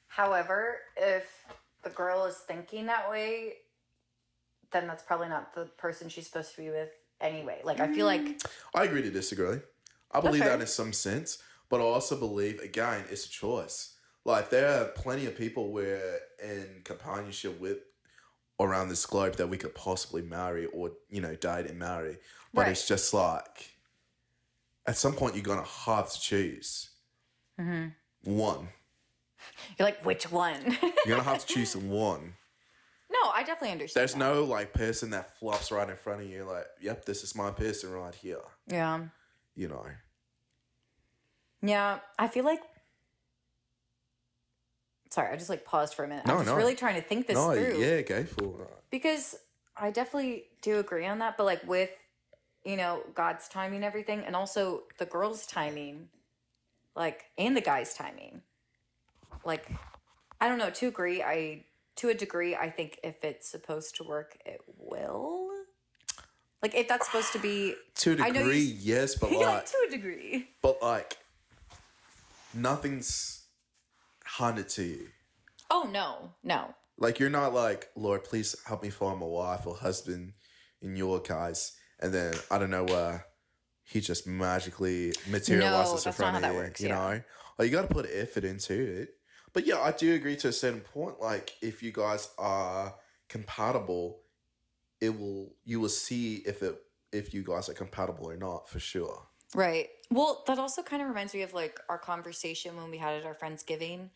Speaker 2: However, if the girl is thinking that way, then that's probably not the person she's supposed to be with anyway. Like, I feel like
Speaker 1: I agree to disagree. I believe
Speaker 2: fair.
Speaker 1: that in some sense, but I also believe again it's a choice. Like there are plenty of people we're in companionship with around this globe that we could possibly marry or you know date and marry, but
Speaker 2: Right.
Speaker 1: it's just like at some point you're gonna have to choose one.
Speaker 2: you're like, which one?
Speaker 1: You're gonna have to choose one.
Speaker 2: no, I definitely understand.
Speaker 1: There's
Speaker 2: that.
Speaker 1: no like person that flops right in front of you like, yep, this is my person right here.
Speaker 2: Yeah.
Speaker 1: You know.
Speaker 2: Yeah, I feel like. Sorry, I just like paused for a minute.
Speaker 1: No,
Speaker 2: I'm just
Speaker 1: no.
Speaker 2: really trying to think this
Speaker 1: no,
Speaker 2: through
Speaker 1: yeah, go for it.
Speaker 2: because I definitely do agree on that, but like with you know God's timing and everything, and also the girl's timing, like and the guy's timing, like I don't know. To agree, I to a degree, I think if it's supposed to work, it will. Like if that's supposed to be,
Speaker 1: To a
Speaker 2: I know you-
Speaker 1: degree, yes, but
Speaker 2: yeah,
Speaker 1: like,
Speaker 2: to a degree,
Speaker 1: but like, nothing's handed to you.
Speaker 2: oh no, no,
Speaker 1: Like, you're not like, Lord, please help me find my wife or husband in your case, and then I don't know where he just magically materializes in
Speaker 2: that's not
Speaker 1: front
Speaker 2: how
Speaker 1: of
Speaker 2: that
Speaker 1: you.
Speaker 2: works,
Speaker 1: you
Speaker 2: yeah.
Speaker 1: know, like, you got to put effort into it. But yeah, I do agree to a certain point. Like, if you guys are compatible, it will you will see if it if you guys are compatible or not for sure.
Speaker 2: Right. Well, that also kind of reminds me of like our conversation when we had at our Friendsgiving.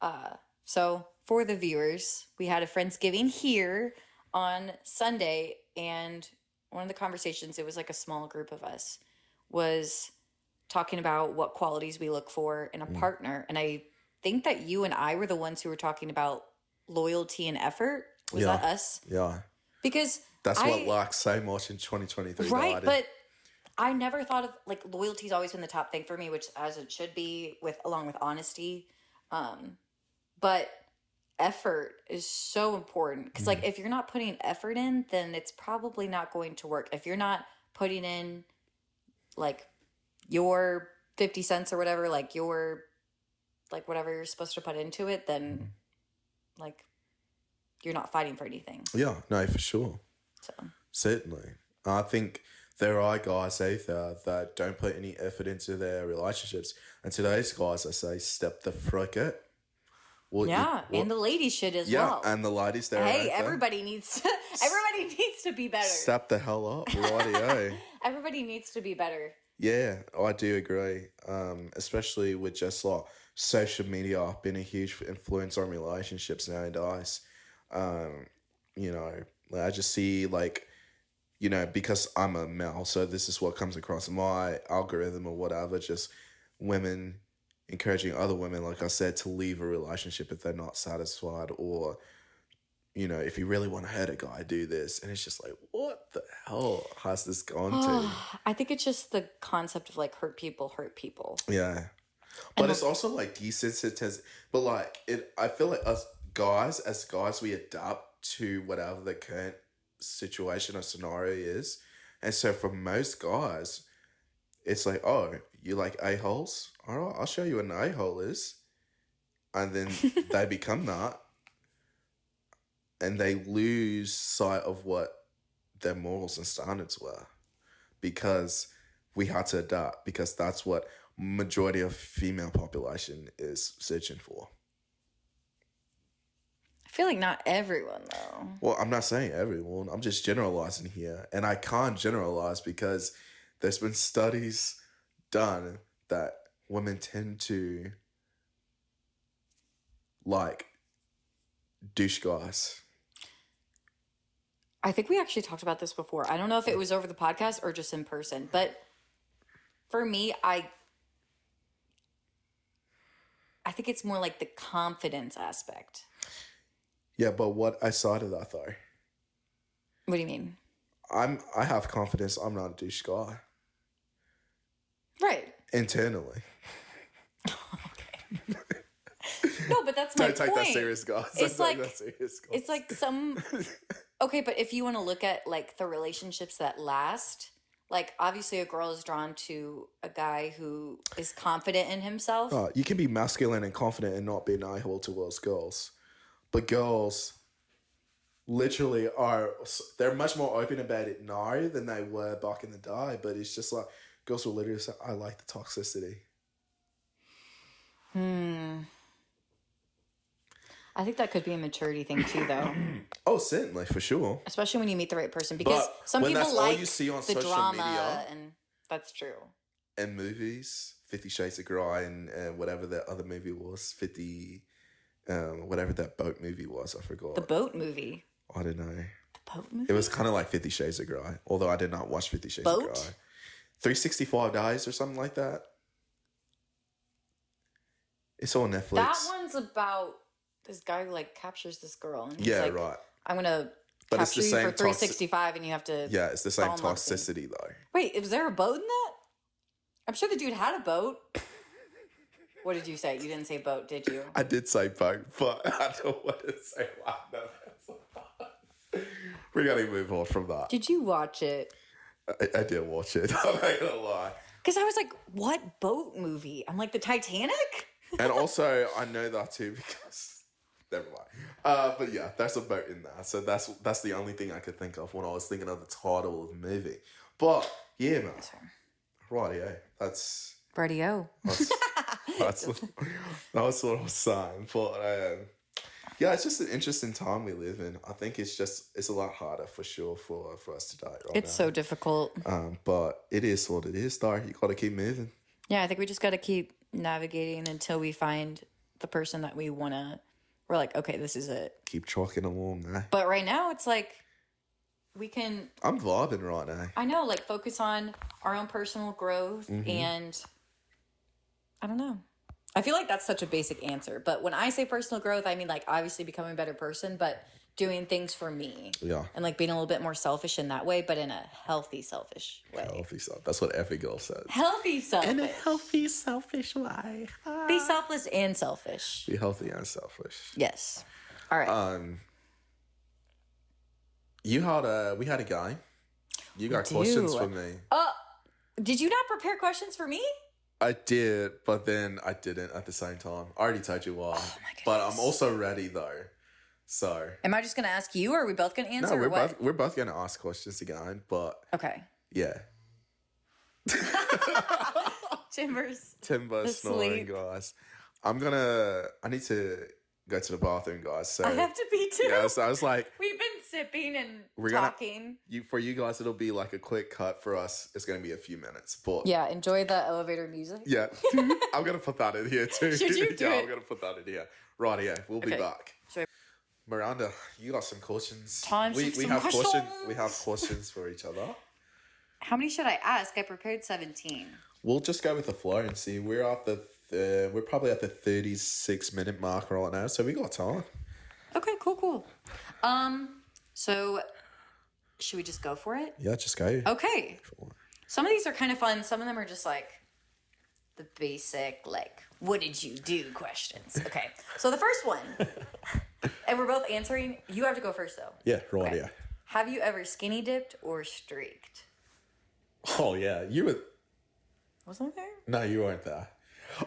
Speaker 2: Uh, so for the viewers, we had a Friendsgiving here on Sunday, and one of the conversations, it was like a small group of us, was talking about what qualities we look for in a
Speaker 1: Mm.
Speaker 2: partner. And I think that you and I were the ones who were talking about loyalty and effort. Was that
Speaker 1: Yeah.
Speaker 2: us?
Speaker 1: Yeah.
Speaker 2: Because
Speaker 1: That's what
Speaker 2: I-
Speaker 1: likes so much in 2023.
Speaker 2: right
Speaker 1: that I
Speaker 2: but i never thought of like loyalty's always been the top thing for me which as it should be with along with honesty um but effort is so important because
Speaker 1: Mm.
Speaker 2: like if you're not putting effort in then it's probably not going to work if you're not putting in like your 50 cents or whatever like your like whatever you're supposed to put into it then
Speaker 1: Mm-hmm.
Speaker 2: like you're not fighting for anything
Speaker 1: Yeah, no, for sure.
Speaker 2: so
Speaker 1: Certainly. I think there are guys out there that don't put any effort into their relationships. And to those guys, I say, step the frick out. What you-
Speaker 2: yeah
Speaker 1: what-
Speaker 2: and the lady shit as
Speaker 1: yeah,
Speaker 2: well
Speaker 1: and the ladies there. out
Speaker 2: hey
Speaker 1: there,
Speaker 2: everybody needs to everybody needs to be better
Speaker 1: Step the hell up. Rightio.
Speaker 2: everybody needs to be better
Speaker 1: yeah, I do agree. Um, especially with just like social media being a huge influence on relationships nowadays. Um, you know, like, I just see like you know, because I'm a male, so this is what comes across in my algorithm or whatever, just women encouraging other women, like I said, to leave a relationship if they're not satisfied or you know, if you really want to hurt a guy, do this. And it's just like, what the hell has this gone to?
Speaker 2: i think it's just the concept of like hurt people hurt people
Speaker 1: Yeah. But it's also like desensitized. But like, it, I feel like us guys, as guys, we adapt to whatever the current situation or scenario is. And so for most guys, it's like, oh, you like a-holes? All right, I'll show you what an a-hole is. And then they become that. And they lose sight of what their morals and standards were because we had to adapt because that's what majority of female population is searching for.
Speaker 2: i feel like not everyone though
Speaker 1: Well, I'm not saying everyone. I'm just generalizing here, and I can't generalize because there's been studies done that women tend to like douche guys.
Speaker 2: I think we actually talked about this before. I don't know if it was over the podcast or just in person, but for me, I I think it's more like the confidence aspect.
Speaker 1: Yeah, but what I saw to that though,
Speaker 2: What do you mean?
Speaker 1: I'm I have confidence. I'm not a douche guy
Speaker 2: Right.
Speaker 1: internally.
Speaker 2: No, but that's my
Speaker 1: Don't take
Speaker 2: point.
Speaker 1: that serious, guys.
Speaker 2: It's
Speaker 1: Don't take
Speaker 2: like-
Speaker 1: that serious, guys.
Speaker 2: It's like some Okay, but if you want to look at like the relationships that last, like obviously a girl is drawn to a guy who is confident in himself.
Speaker 1: Uh, you can be masculine and confident and not be an eye hole towards girls. But girls literally are, they're much more open about it now than they were back in the day. But it's just like, girls will literally say, I like the toxicity.
Speaker 2: Hmm. I think that could be a maturity thing too though.
Speaker 1: Oh, certainly, for sure.
Speaker 2: especially when you meet the right person because
Speaker 1: But
Speaker 2: some
Speaker 1: when
Speaker 2: people
Speaker 1: that's all
Speaker 2: like
Speaker 1: you see on
Speaker 2: the
Speaker 1: social
Speaker 2: drama
Speaker 1: media-
Speaker 2: and that's true
Speaker 1: And movies, Fifty Shades of Grey and, and whatever that other movie was, 50, um, whatever that boat movie was, I forgot.
Speaker 2: the boat movie
Speaker 1: I don't know.
Speaker 2: the boat movie
Speaker 1: It was kind of like Fifty Shades of Grey, although I did not watch Fifty Shades of
Speaker 2: Boat?
Speaker 1: Grey. Three sixty five days or something like that. It's on Netflix.
Speaker 2: that one's about this guy who like captures this girl and he's
Speaker 1: yeah,
Speaker 2: like
Speaker 1: right.
Speaker 2: i'm gonna
Speaker 1: But it's
Speaker 2: capture
Speaker 1: the
Speaker 2: you for
Speaker 1: same toxic.
Speaker 2: 365 and you have to
Speaker 1: Yeah, it's the same
Speaker 2: It's all nothing.
Speaker 1: toxicity though.
Speaker 2: wait is there a boat in that i'm sure the dude had a boat what did you say you didn't say boat did you
Speaker 1: I did say boat, but I don't want to say what. No, that's not- We're gonna move on from that.
Speaker 2: did you watch it
Speaker 1: I, I did watch it. I'm not gonna lie.
Speaker 2: because i was like what boat movie i'm like the titanic
Speaker 1: and also I know that too because never mind. Uh, but yeah, there's a boat in there, so that's that's the only thing I could think of when I was thinking of the title of the movie. But yeah, man, right, yeah, that's
Speaker 2: radio
Speaker 1: that's that's that's what I was saying. But um, yeah, it's just an interesting time we live in. I think it's just it's a lot harder for sure for for us today. Right
Speaker 2: it's so difficult
Speaker 1: so, um, but it is what it is, though. You got to keep moving.
Speaker 2: Yeah, I think we just got to keep navigating until we find the person that we want to. We're like, okay, this is it.
Speaker 1: Keep trucking along, eh?
Speaker 2: But right now, it's like we can,
Speaker 1: I'm vibing right now.
Speaker 2: I know, like focus on our own personal growth.
Speaker 1: Mm-hmm.
Speaker 2: And I don't know. I feel like that's such a basic answer. But when I say personal growth, I mean like obviously becoming a better person, but doing things for me
Speaker 1: Yeah.
Speaker 2: and like being a little bit more selfish in that way, but in a healthy, selfish way.
Speaker 1: Healthy self. That's what every girl says.
Speaker 2: Healthy selfish.
Speaker 1: healthy, selfish Ah. way.
Speaker 2: Be selfless and selfish.
Speaker 1: Be healthy and selfish.
Speaker 2: Yes. All right.
Speaker 1: Um, you had a we had a guy. You got questions
Speaker 2: do.
Speaker 1: for me.
Speaker 2: oh, did you not prepare questions for me?
Speaker 1: I did, but then I didn't at the same time. I already told you why. but I'm also ready though. So
Speaker 2: Am I just going to ask you or are we both going to answer
Speaker 1: no, we're
Speaker 2: or what?
Speaker 1: both we're both gonna ask questions again, but
Speaker 2: Okay.
Speaker 1: yeah.
Speaker 2: Timbers.
Speaker 1: Timber
Speaker 2: The
Speaker 1: snoring,
Speaker 2: sleep.
Speaker 1: guys. I'm gonna I need to go to the bathroom, guys. So
Speaker 2: I have to be too.
Speaker 1: yeah, so I was like
Speaker 2: We've been sipping and
Speaker 1: We're gonna-
Speaker 2: talking.
Speaker 1: you for you guys it'll be like a quick cut. For us, it's gonna be a few minutes. But
Speaker 2: Yeah, enjoy the elevator music.
Speaker 1: Yeah. I'm gonna put that in here too.
Speaker 2: Should you do
Speaker 1: yeah, I'm
Speaker 2: it?
Speaker 1: gonna put that in here. Right, yeah, we'll be
Speaker 2: Okay.
Speaker 1: back.
Speaker 2: Sorry.
Speaker 1: Miranda, you got some questions.
Speaker 2: Time
Speaker 1: we
Speaker 2: for
Speaker 1: we
Speaker 2: some
Speaker 1: have question we
Speaker 2: questions.
Speaker 1: have questions for each other.
Speaker 2: How many should I ask? I prepared 17.
Speaker 1: We'll just go with the flow and see. We're at the uh, we're probably at the thirty six minute mark right now, so we got time.
Speaker 2: Okay, cool, cool. Um, so should we just go for it?
Speaker 1: Yeah, just go.
Speaker 2: Oh. Okay. Some of these are kind of fun. Some of them are just like the basic, like, what did you do questions. Okay. So the first one, and we're both answering. You have to go first, though.
Speaker 1: Yeah, right,
Speaker 2: Okay.
Speaker 1: yeah.
Speaker 2: Have you ever skinny dipped or streaked?
Speaker 1: Oh yeah. You were
Speaker 2: Wasn't there?
Speaker 1: no, you weren't there.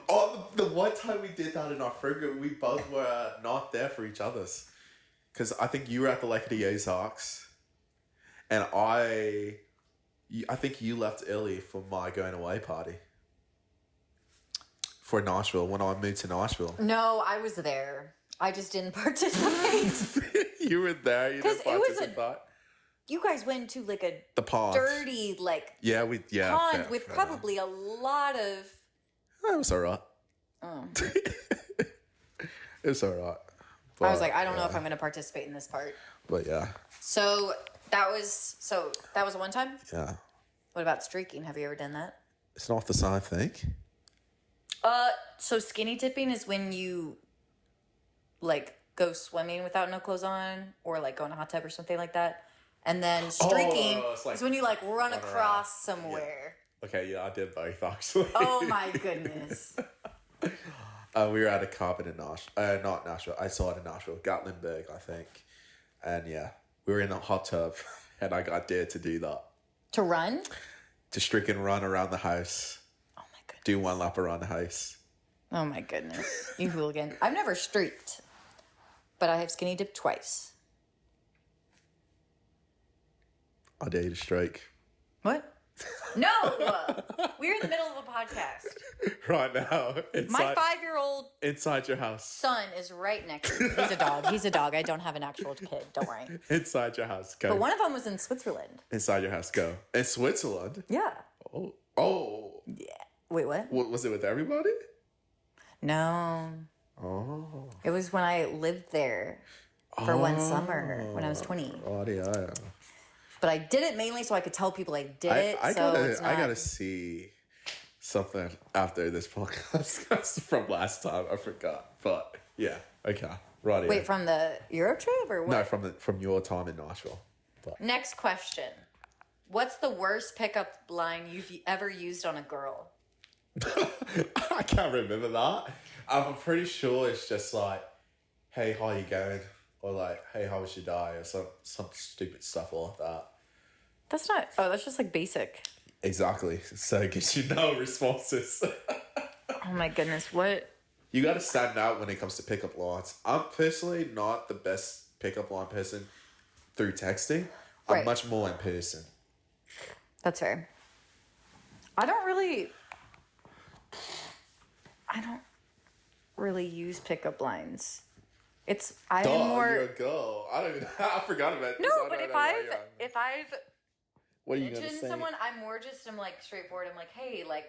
Speaker 1: Oh, the, the one time we did that in our friggin', we both were uh, not there for each other's. Because I think you were at the Lake of the Ozarks, and I, you- I think you left early for my going away party. For Nashville, when I moved to Nashville,
Speaker 2: No, I was there. I just didn't participate.
Speaker 1: you were there. You
Speaker 2: 'Cause
Speaker 1: didn't
Speaker 2: it was a-
Speaker 1: participate.
Speaker 2: you guys went to like a
Speaker 1: the pond.
Speaker 2: dirty, like,
Speaker 1: Yeah, we yeah.
Speaker 2: pond
Speaker 1: fair,
Speaker 2: with
Speaker 1: fair.
Speaker 2: probably a lot of.
Speaker 1: It was alright.
Speaker 2: Oh.
Speaker 1: It was alright.
Speaker 2: I was like, I don't know if I'm going to participate in this part.
Speaker 1: But yeah,
Speaker 2: So that was so that was one time.
Speaker 1: yeah.
Speaker 2: What about streaking? Have you ever done that?
Speaker 1: It's not the same thing.
Speaker 2: Uh, so skinny dipping is when you like go swimming without no clothes on, or like go in a hot tub or something like that. And then streaking
Speaker 1: it's like
Speaker 2: is when you Oh, like run
Speaker 1: around.
Speaker 2: across somewhere.
Speaker 1: Okay, yeah, I did both actually.
Speaker 2: Oh my goodness!
Speaker 1: Uh, we were at a carpet in Nashville. Uh, not Nashville. I saw it in Nashville, Gatlinburg, I think. And yeah, we were in a hot tub, and I got dared to do that
Speaker 2: to run?
Speaker 1: to streak and run around the house,
Speaker 2: Oh my goodness!
Speaker 1: do one lap around the house.
Speaker 2: Oh my goodness! You hooligan! I've never streaked, but I have skinny dipped twice.
Speaker 1: I dare you to streak
Speaker 2: What? No! We're in the middle of a podcast.
Speaker 1: right now
Speaker 2: My
Speaker 1: inside
Speaker 2: five year old
Speaker 1: inside your house,
Speaker 2: son is right next to me. He's a dog. He's a dog. I don't have an actual kid. Don't worry.
Speaker 1: inside your house. Go
Speaker 2: But one of them was in Switzerland.
Speaker 1: inside your house. Go in Switzerland.
Speaker 2: Yeah.
Speaker 1: Oh, oh,
Speaker 2: Wait, what?
Speaker 1: what was it with everybody?
Speaker 2: No.
Speaker 1: Oh,
Speaker 2: It was when I lived there for one summer when I was 20.
Speaker 1: oh, audio.
Speaker 2: But I did it mainly so I could tell people I did
Speaker 1: I,
Speaker 2: it.
Speaker 1: I
Speaker 2: so
Speaker 1: gotta,
Speaker 2: it's
Speaker 1: I
Speaker 2: not...
Speaker 1: gotta see something after this podcast 'cause from last time. I forgot, but yeah, okay, right.
Speaker 2: Wait, from the Euro trip or what?
Speaker 1: no, from the, from your time in Nashville.
Speaker 2: Next question. What's the worst pickup line you've ever used on a girl?
Speaker 1: I can't remember that. I'm pretty sure it's just like, "Hey, how you going?" or like, "Hey, how was your day?" or some some stupid stuff like that.
Speaker 2: That's not. Oh, that's just like basic.
Speaker 1: Exactly. So it gives you no responses.
Speaker 2: Oh my goodness. What?
Speaker 1: you got to stand out when it comes to pickup lines. I'm personally not the best pickup line person through texting. I'm
Speaker 2: Right.
Speaker 1: much more in person.
Speaker 2: That's fair. I don't really. I don't really use pickup lines. It's I
Speaker 1: Dog,
Speaker 2: am
Speaker 1: you're a
Speaker 2: more
Speaker 1: girl. I don't. Even, I forgot about this.
Speaker 2: no,
Speaker 1: I
Speaker 2: but
Speaker 1: don't
Speaker 2: if
Speaker 1: know why
Speaker 2: I've
Speaker 1: you're on-
Speaker 2: if I've
Speaker 1: what are you gonna
Speaker 2: mentioned
Speaker 1: say?
Speaker 2: someone, I'm more just I'm like straightforward. I'm like, hey, like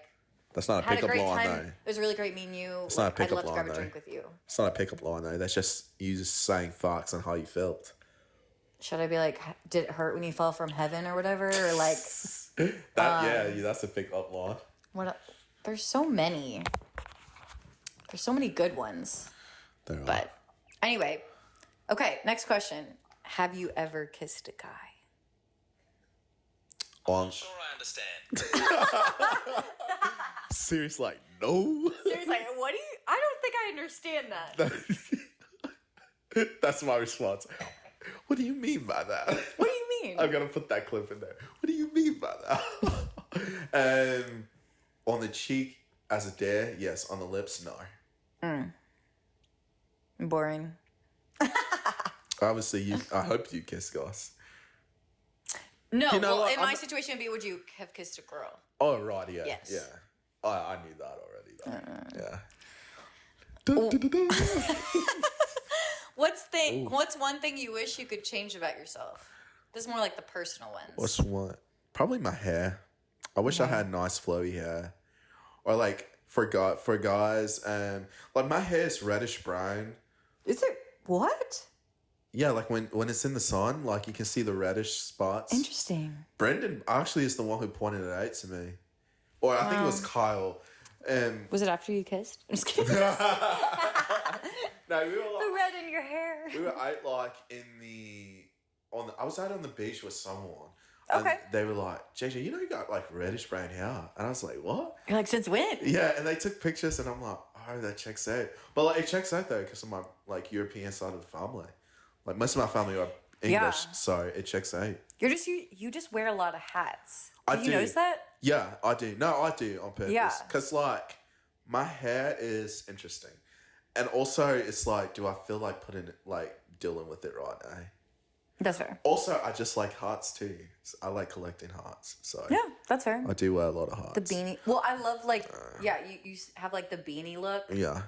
Speaker 1: That's not a
Speaker 2: had a
Speaker 1: pickup
Speaker 2: great
Speaker 1: line
Speaker 2: time.
Speaker 1: though.
Speaker 2: It was really great meeting you.
Speaker 1: not a
Speaker 2: Like, I'd
Speaker 1: pickup
Speaker 2: love to
Speaker 1: line,
Speaker 2: grab a
Speaker 1: though.
Speaker 2: drink with you.
Speaker 1: It's not a pickup line though. That's just you just saying facts and how you felt.
Speaker 2: Should I be like, "H- did it hurt when you fell from heaven or whatever? Or like,
Speaker 1: That yeah,
Speaker 2: Um,
Speaker 1: yeah, that's a pickup line.
Speaker 2: what? el- There's so many. There's so many good ones.
Speaker 1: There are.
Speaker 2: But anyway, okay, next question. Have you ever kissed a guy?
Speaker 1: On
Speaker 4: Sure, I understand.
Speaker 1: serious, like no.
Speaker 2: Seriously, what do you? I don't think I understand that.
Speaker 1: That's my response. What do you mean by that?
Speaker 2: what do you mean?
Speaker 1: I'm gonna put that clip in there. What do you mean by that? um, on the cheek as a dare, yes. On the lips, no.
Speaker 2: Boring.
Speaker 1: Obviously, you. I hope you kiss Goss.
Speaker 2: No,
Speaker 1: You know
Speaker 2: well,
Speaker 1: what,
Speaker 2: in my
Speaker 1: I'm-
Speaker 2: situation, it'd be would you have kissed a girl?
Speaker 1: Oh right, yeah,
Speaker 2: Yes.
Speaker 1: yeah. I, I knew that already. Though. yeah. Dun, dun, dun, dun.
Speaker 2: What's thing? What's one thing you wish you could change about yourself? This is more like the personal ones.
Speaker 1: What's one? Probably my hair. I wish I had nice flowy hair, or like for guy for guys. Um, like my hair is reddish brown.
Speaker 2: is it? What?
Speaker 1: Yeah, like when when it's in the sun, like you can see the reddish spots.
Speaker 2: Interesting.
Speaker 1: Brendan actually is the one who pointed it out to me, or I think it was Kyle. Um,
Speaker 2: Was it after you kissed? I'm just kidding.
Speaker 1: no, we were like,
Speaker 2: the red in your hair.
Speaker 1: we were out like in the on. The, I was out on the beach with someone.
Speaker 2: Okay.
Speaker 1: And they were like, JJ, you know you got like reddish brown hair, and I was like, what?
Speaker 2: You're like, since when?
Speaker 1: Yeah, and they took pictures, and I'm like, oh, that checks out. But like, it checks out though because of my like European side of the family. Like most of my family are English,
Speaker 2: Yeah.
Speaker 1: so it checks out.
Speaker 2: You're just you. You just wear a lot of hats.
Speaker 1: I
Speaker 2: Did you
Speaker 1: do.
Speaker 2: notice that?
Speaker 1: Yeah, I do. No, I do on purpose.
Speaker 2: Yeah.
Speaker 1: Cause like my hair is interesting, and also it's like, do I feel like putting like dealing with it right now?
Speaker 2: That's fair.
Speaker 1: Also, I just like hearts too. So I like collecting hearts, so
Speaker 2: Yeah, that's fair.
Speaker 1: I do wear a lot of hearts.
Speaker 2: The beanie. Well, I love like yeah. You, you s- have like the beanie look.
Speaker 1: Yeah,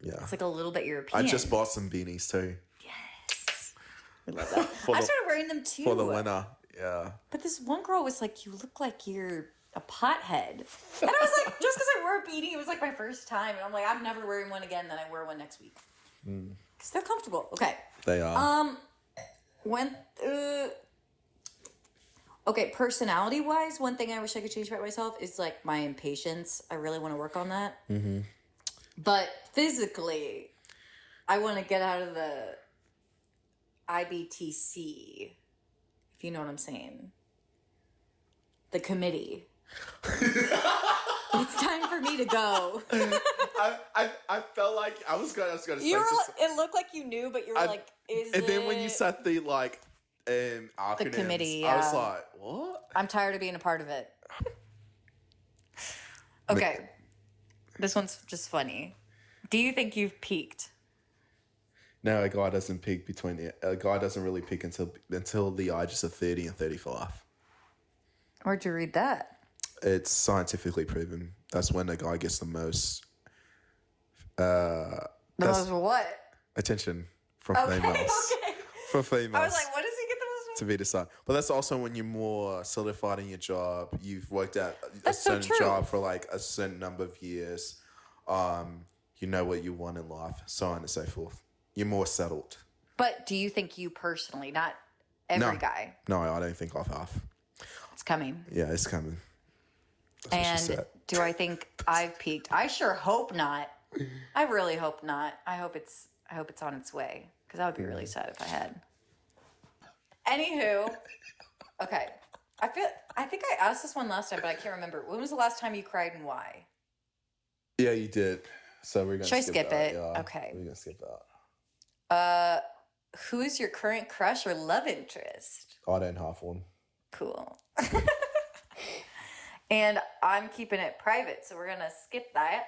Speaker 1: yeah.
Speaker 2: It's like a little bit
Speaker 1: I
Speaker 2: European.
Speaker 1: just bought some beanies too for
Speaker 2: I
Speaker 1: the
Speaker 2: started wearing them too.
Speaker 1: for the winter. Yeah.
Speaker 2: But this one girl was like, "You look like you're a pothead," and I was like, "Just because I wore a beanie, it was like my first time." And I'm like, "I'm never wearing one again." Then I wear one next week
Speaker 1: Mm.
Speaker 2: because they're comfortable. Okay.
Speaker 1: They are.
Speaker 2: Um, when uh, okay, personality wise, one thing I wish I could change about myself is like my impatience. I really want to work on that. Mm-hmm. But physically, I want to get out of the IBTC, if you know what I'm saying. The committee. it's time for me to go.
Speaker 1: I, I I felt like I was gonna I was gonna say
Speaker 2: You were.
Speaker 1: just-
Speaker 2: It looked like you knew, but you were
Speaker 1: I-
Speaker 2: like, "Is
Speaker 1: and then when you
Speaker 2: it-
Speaker 1: said the like um acronyms,
Speaker 2: committee,
Speaker 1: I was
Speaker 2: yeah.
Speaker 1: like, what?
Speaker 2: I'm tired of being a part of it. Okay. This one's just funny. Do you think you've peaked?
Speaker 1: No, a guy doesn't peak between the, a guy doesn't really peak until until the ages of thirty and thirty five.
Speaker 2: Where'd you read that?
Speaker 1: It's scientifically proven. That's when a guy gets the most uh,
Speaker 2: The
Speaker 1: That's-
Speaker 2: most what?
Speaker 1: attention from
Speaker 2: Okay,
Speaker 1: females.
Speaker 2: okay.
Speaker 1: From females.
Speaker 2: I was like, what does he get the most?
Speaker 1: to be decided. But that's also when you're more solidified in your job. You've worked at a
Speaker 2: That's so
Speaker 1: certain
Speaker 2: true.
Speaker 1: job for like a certain number of years. Um, you know what you want in life, so on and so forth. You're more settled.
Speaker 2: But do you think you personally, not every
Speaker 1: No.
Speaker 2: guy?
Speaker 1: No, I don't think I've half.
Speaker 2: It's coming.
Speaker 1: Yeah, it's coming. That's what she
Speaker 2: And
Speaker 1: said.
Speaker 2: do I think I've peaked? I sure hope not. I really hope not. I hope it's I hope it's on its way because I would be really sad if I had. Anywho, okay. I feel I think I asked this one last time, but I can't remember. When was the last time you cried and why?
Speaker 1: Yeah, you did. So we're gonna
Speaker 2: Should I skip
Speaker 1: that.
Speaker 2: it?
Speaker 1: Yeah,
Speaker 2: Okay.
Speaker 1: We're gonna skip that.
Speaker 2: Uh, who is your current crush or love interest?
Speaker 1: I don't half one.
Speaker 2: Cool. and I'm keeping it private, so we're gonna skip that.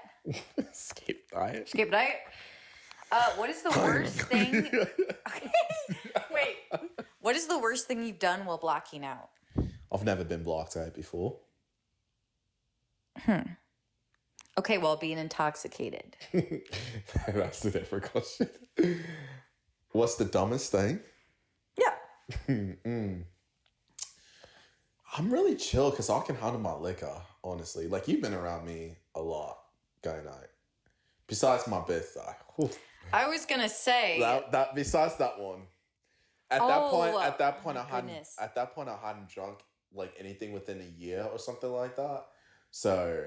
Speaker 1: skip that.
Speaker 2: Skip night. Uh, what is the worst thing? Wait. What is the worst thing you've done while blocking out?
Speaker 1: I've never been blocked out before.
Speaker 2: Okay, well, being intoxicated.
Speaker 1: That's a different question. What's the dumbest thing?
Speaker 2: Yeah.
Speaker 1: Mm. I'm really chill because I can handle my liquor, honestly. Like, you've been around me a lot going out. Besides my birthday. Oof.
Speaker 2: I was gonna say.
Speaker 1: That, that besides that one. At that point,
Speaker 2: Oh,
Speaker 1: at that
Speaker 2: oh
Speaker 1: point,
Speaker 2: my
Speaker 1: I hadn't.
Speaker 2: goodness.
Speaker 1: At that point, I hadn't drunk like anything within a year or something like that. So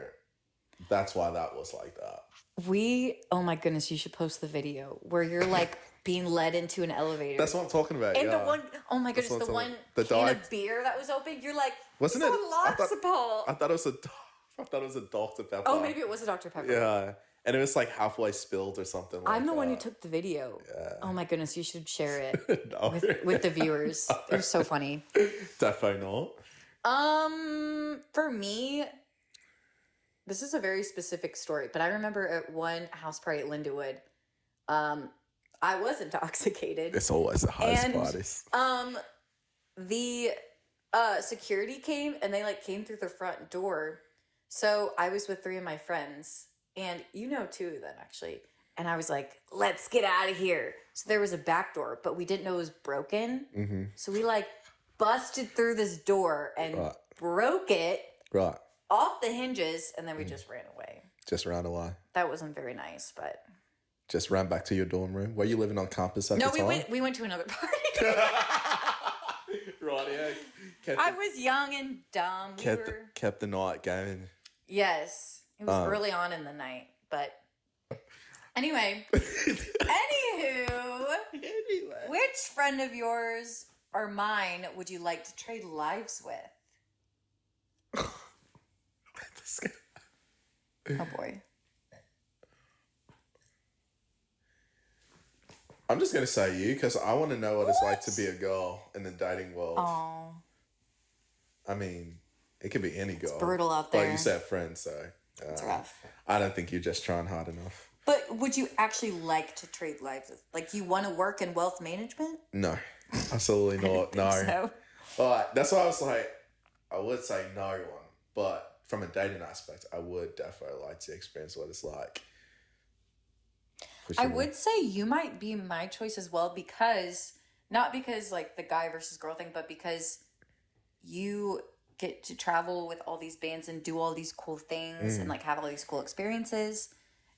Speaker 1: That's why that was like that.
Speaker 2: We, oh my goodness, you should post the video where you're like being led into an elevator.
Speaker 1: That's what I'm talking about.
Speaker 2: and
Speaker 1: yeah.
Speaker 2: the one, oh my goodness,
Speaker 1: one's
Speaker 2: the
Speaker 1: a-
Speaker 2: one
Speaker 1: the
Speaker 2: can
Speaker 1: dog.
Speaker 2: of beer that was open. You're like,
Speaker 1: Wasn't
Speaker 2: "It's
Speaker 1: it-
Speaker 2: a
Speaker 1: I thought- I
Speaker 2: Loxapol."
Speaker 1: thought it was a. do- I thought it was a Dr Pepper.
Speaker 2: Oh, maybe it was a Dr. Pepper.
Speaker 1: Yeah, Oh and it was like halfway spilled or something. like
Speaker 2: I'm the one who
Speaker 1: that.
Speaker 2: took the video. Oh my goodness, you should share it
Speaker 1: No,
Speaker 2: with, with the viewers. It was so funny.
Speaker 1: definitely not.
Speaker 2: Um, for me, this is a very specific story, but I remember at one house party at Lindawood, um, I was intoxicated.
Speaker 1: It's always the highest
Speaker 2: And-
Speaker 1: parties.
Speaker 2: Um, the uh security came and they like came through the front door. So I was with three of my friends, and you know two of them actually. And I was like, "Let's get out of here." So there was a back door, but we didn't know it was broken.
Speaker 1: Mm-hmm.
Speaker 2: So we like busted through this door and
Speaker 1: Right.
Speaker 2: broke it
Speaker 1: Right,
Speaker 2: off the hinges, and then
Speaker 1: Mm.
Speaker 2: we just ran away.
Speaker 1: just ran away.
Speaker 2: That wasn't very nice, but
Speaker 1: Just ran back to your dorm room. Were you living on campus at
Speaker 2: no,
Speaker 1: the
Speaker 2: we
Speaker 1: time?
Speaker 2: went we went to another party.
Speaker 1: right, yeah. Kept,
Speaker 2: I
Speaker 1: the,
Speaker 2: was young and dumb. We
Speaker 1: kept,
Speaker 2: were-
Speaker 1: kept the night going.
Speaker 2: Yes. It was
Speaker 1: Um,
Speaker 2: early on in the night, but anyway. Anywho,
Speaker 1: anyway.
Speaker 2: which friend of yours or mine would you like to trade lives with?
Speaker 1: This guy-
Speaker 2: Oh boy.
Speaker 1: I'm just gonna say you because I want to know what, it's like to be a girl in the dating world.
Speaker 2: Oh,
Speaker 1: I mean, it could be any girl.
Speaker 2: brutal out
Speaker 1: Well,
Speaker 2: there.
Speaker 1: you said friends, so uh,
Speaker 2: it's rough.
Speaker 1: I don't think you're just trying hard enough.
Speaker 2: But would you actually like to trade lives with? Like, you want to work in wealth management?
Speaker 1: No, absolutely not. no.
Speaker 2: So,
Speaker 1: But that's why I was like, I would say no one, but from a dating aspect, I would definitely like to experience what it's like. For
Speaker 2: I
Speaker 1: sure.
Speaker 2: would say you might be my choice as well because, not because like the guy versus girl thing, but because you get to travel with all these bands and do all these cool things
Speaker 1: Mm.
Speaker 2: and like have all these cool experiences.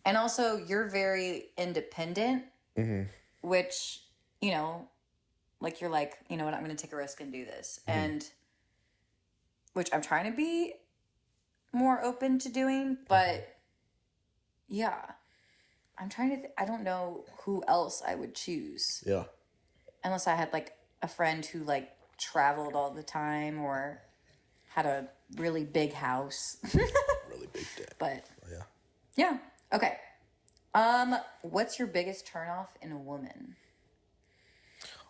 Speaker 2: And also, you're very independent,
Speaker 1: Mhm.
Speaker 2: which, you know, like you're like, you know what, I'm going to take a risk and do this. And which I'm trying to be more open to doing, but yeah. I'm trying to. Th- I don't know who else I would choose
Speaker 1: Yeah.
Speaker 2: unless I had like a friend who like traveled all the time or had a really big house.
Speaker 1: Really big dick.
Speaker 2: but
Speaker 1: Yeah.
Speaker 2: yeah, okay. Um, what's your biggest turnoff in a woman?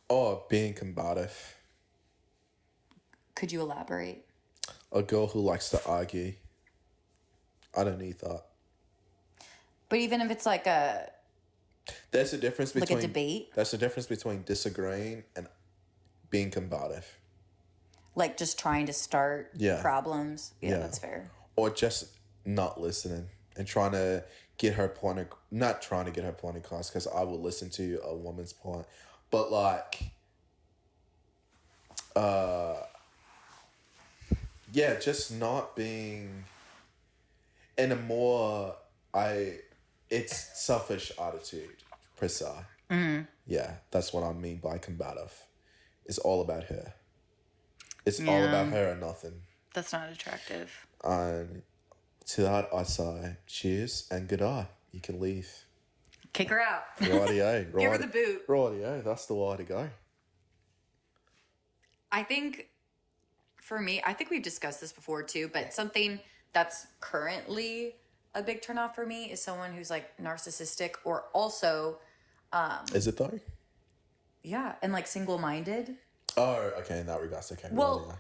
Speaker 1: Oh, being combative.
Speaker 2: Could you elaborate?
Speaker 1: A girl who likes to argue. I don't need that.
Speaker 2: But even if it's like a
Speaker 1: There's a difference
Speaker 2: like
Speaker 1: between
Speaker 2: a debate,
Speaker 1: There's a difference between disagreeing and being combative.
Speaker 2: like just trying to start
Speaker 1: Yeah.
Speaker 2: problems. Yeah,
Speaker 1: Yeah.
Speaker 2: that's fair.
Speaker 1: or just not listening and trying to get her point of, not trying to get her point across because i will listen to a woman's point but like uh yeah just not being in a more i it's selfish attitude per se yeah that's what i mean by combative it's all about her it's all
Speaker 5: Yeah.
Speaker 1: about her and nothing
Speaker 5: That's not attractive.
Speaker 1: and to that, I say cheers and good eye. You can leave.
Speaker 5: Kick her out.
Speaker 1: Rightio.
Speaker 5: Give her
Speaker 1: right,
Speaker 5: the boot.
Speaker 1: Rightio. That's the way to go.
Speaker 2: I think for me, I think we've discussed this before too, but something that's currently a big turnoff for me is someone who's like narcissistic or also,
Speaker 1: Is it though?
Speaker 2: yeah, and like single minded.
Speaker 1: Oh, okay. In that regards, okay.
Speaker 2: Well-
Speaker 1: rightio.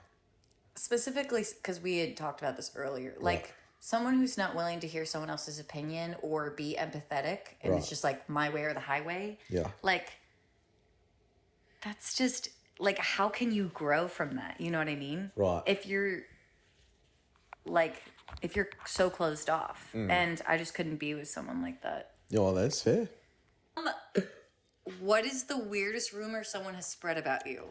Speaker 2: Specifically, because we had talked about this earlier, like someone who's not willing to hear someone else's opinion or be empathetic and
Speaker 1: Right.
Speaker 2: it's just like my way or the highway.
Speaker 1: yeah,
Speaker 2: Like, that's just like, how can you grow from that? You know what I mean?
Speaker 1: right.
Speaker 2: if you're like if you're so closed off
Speaker 1: Mm.
Speaker 2: and i just couldn't be with someone like that
Speaker 1: yeah, well, that's fair.
Speaker 2: what is the weirdest rumor someone has spread about you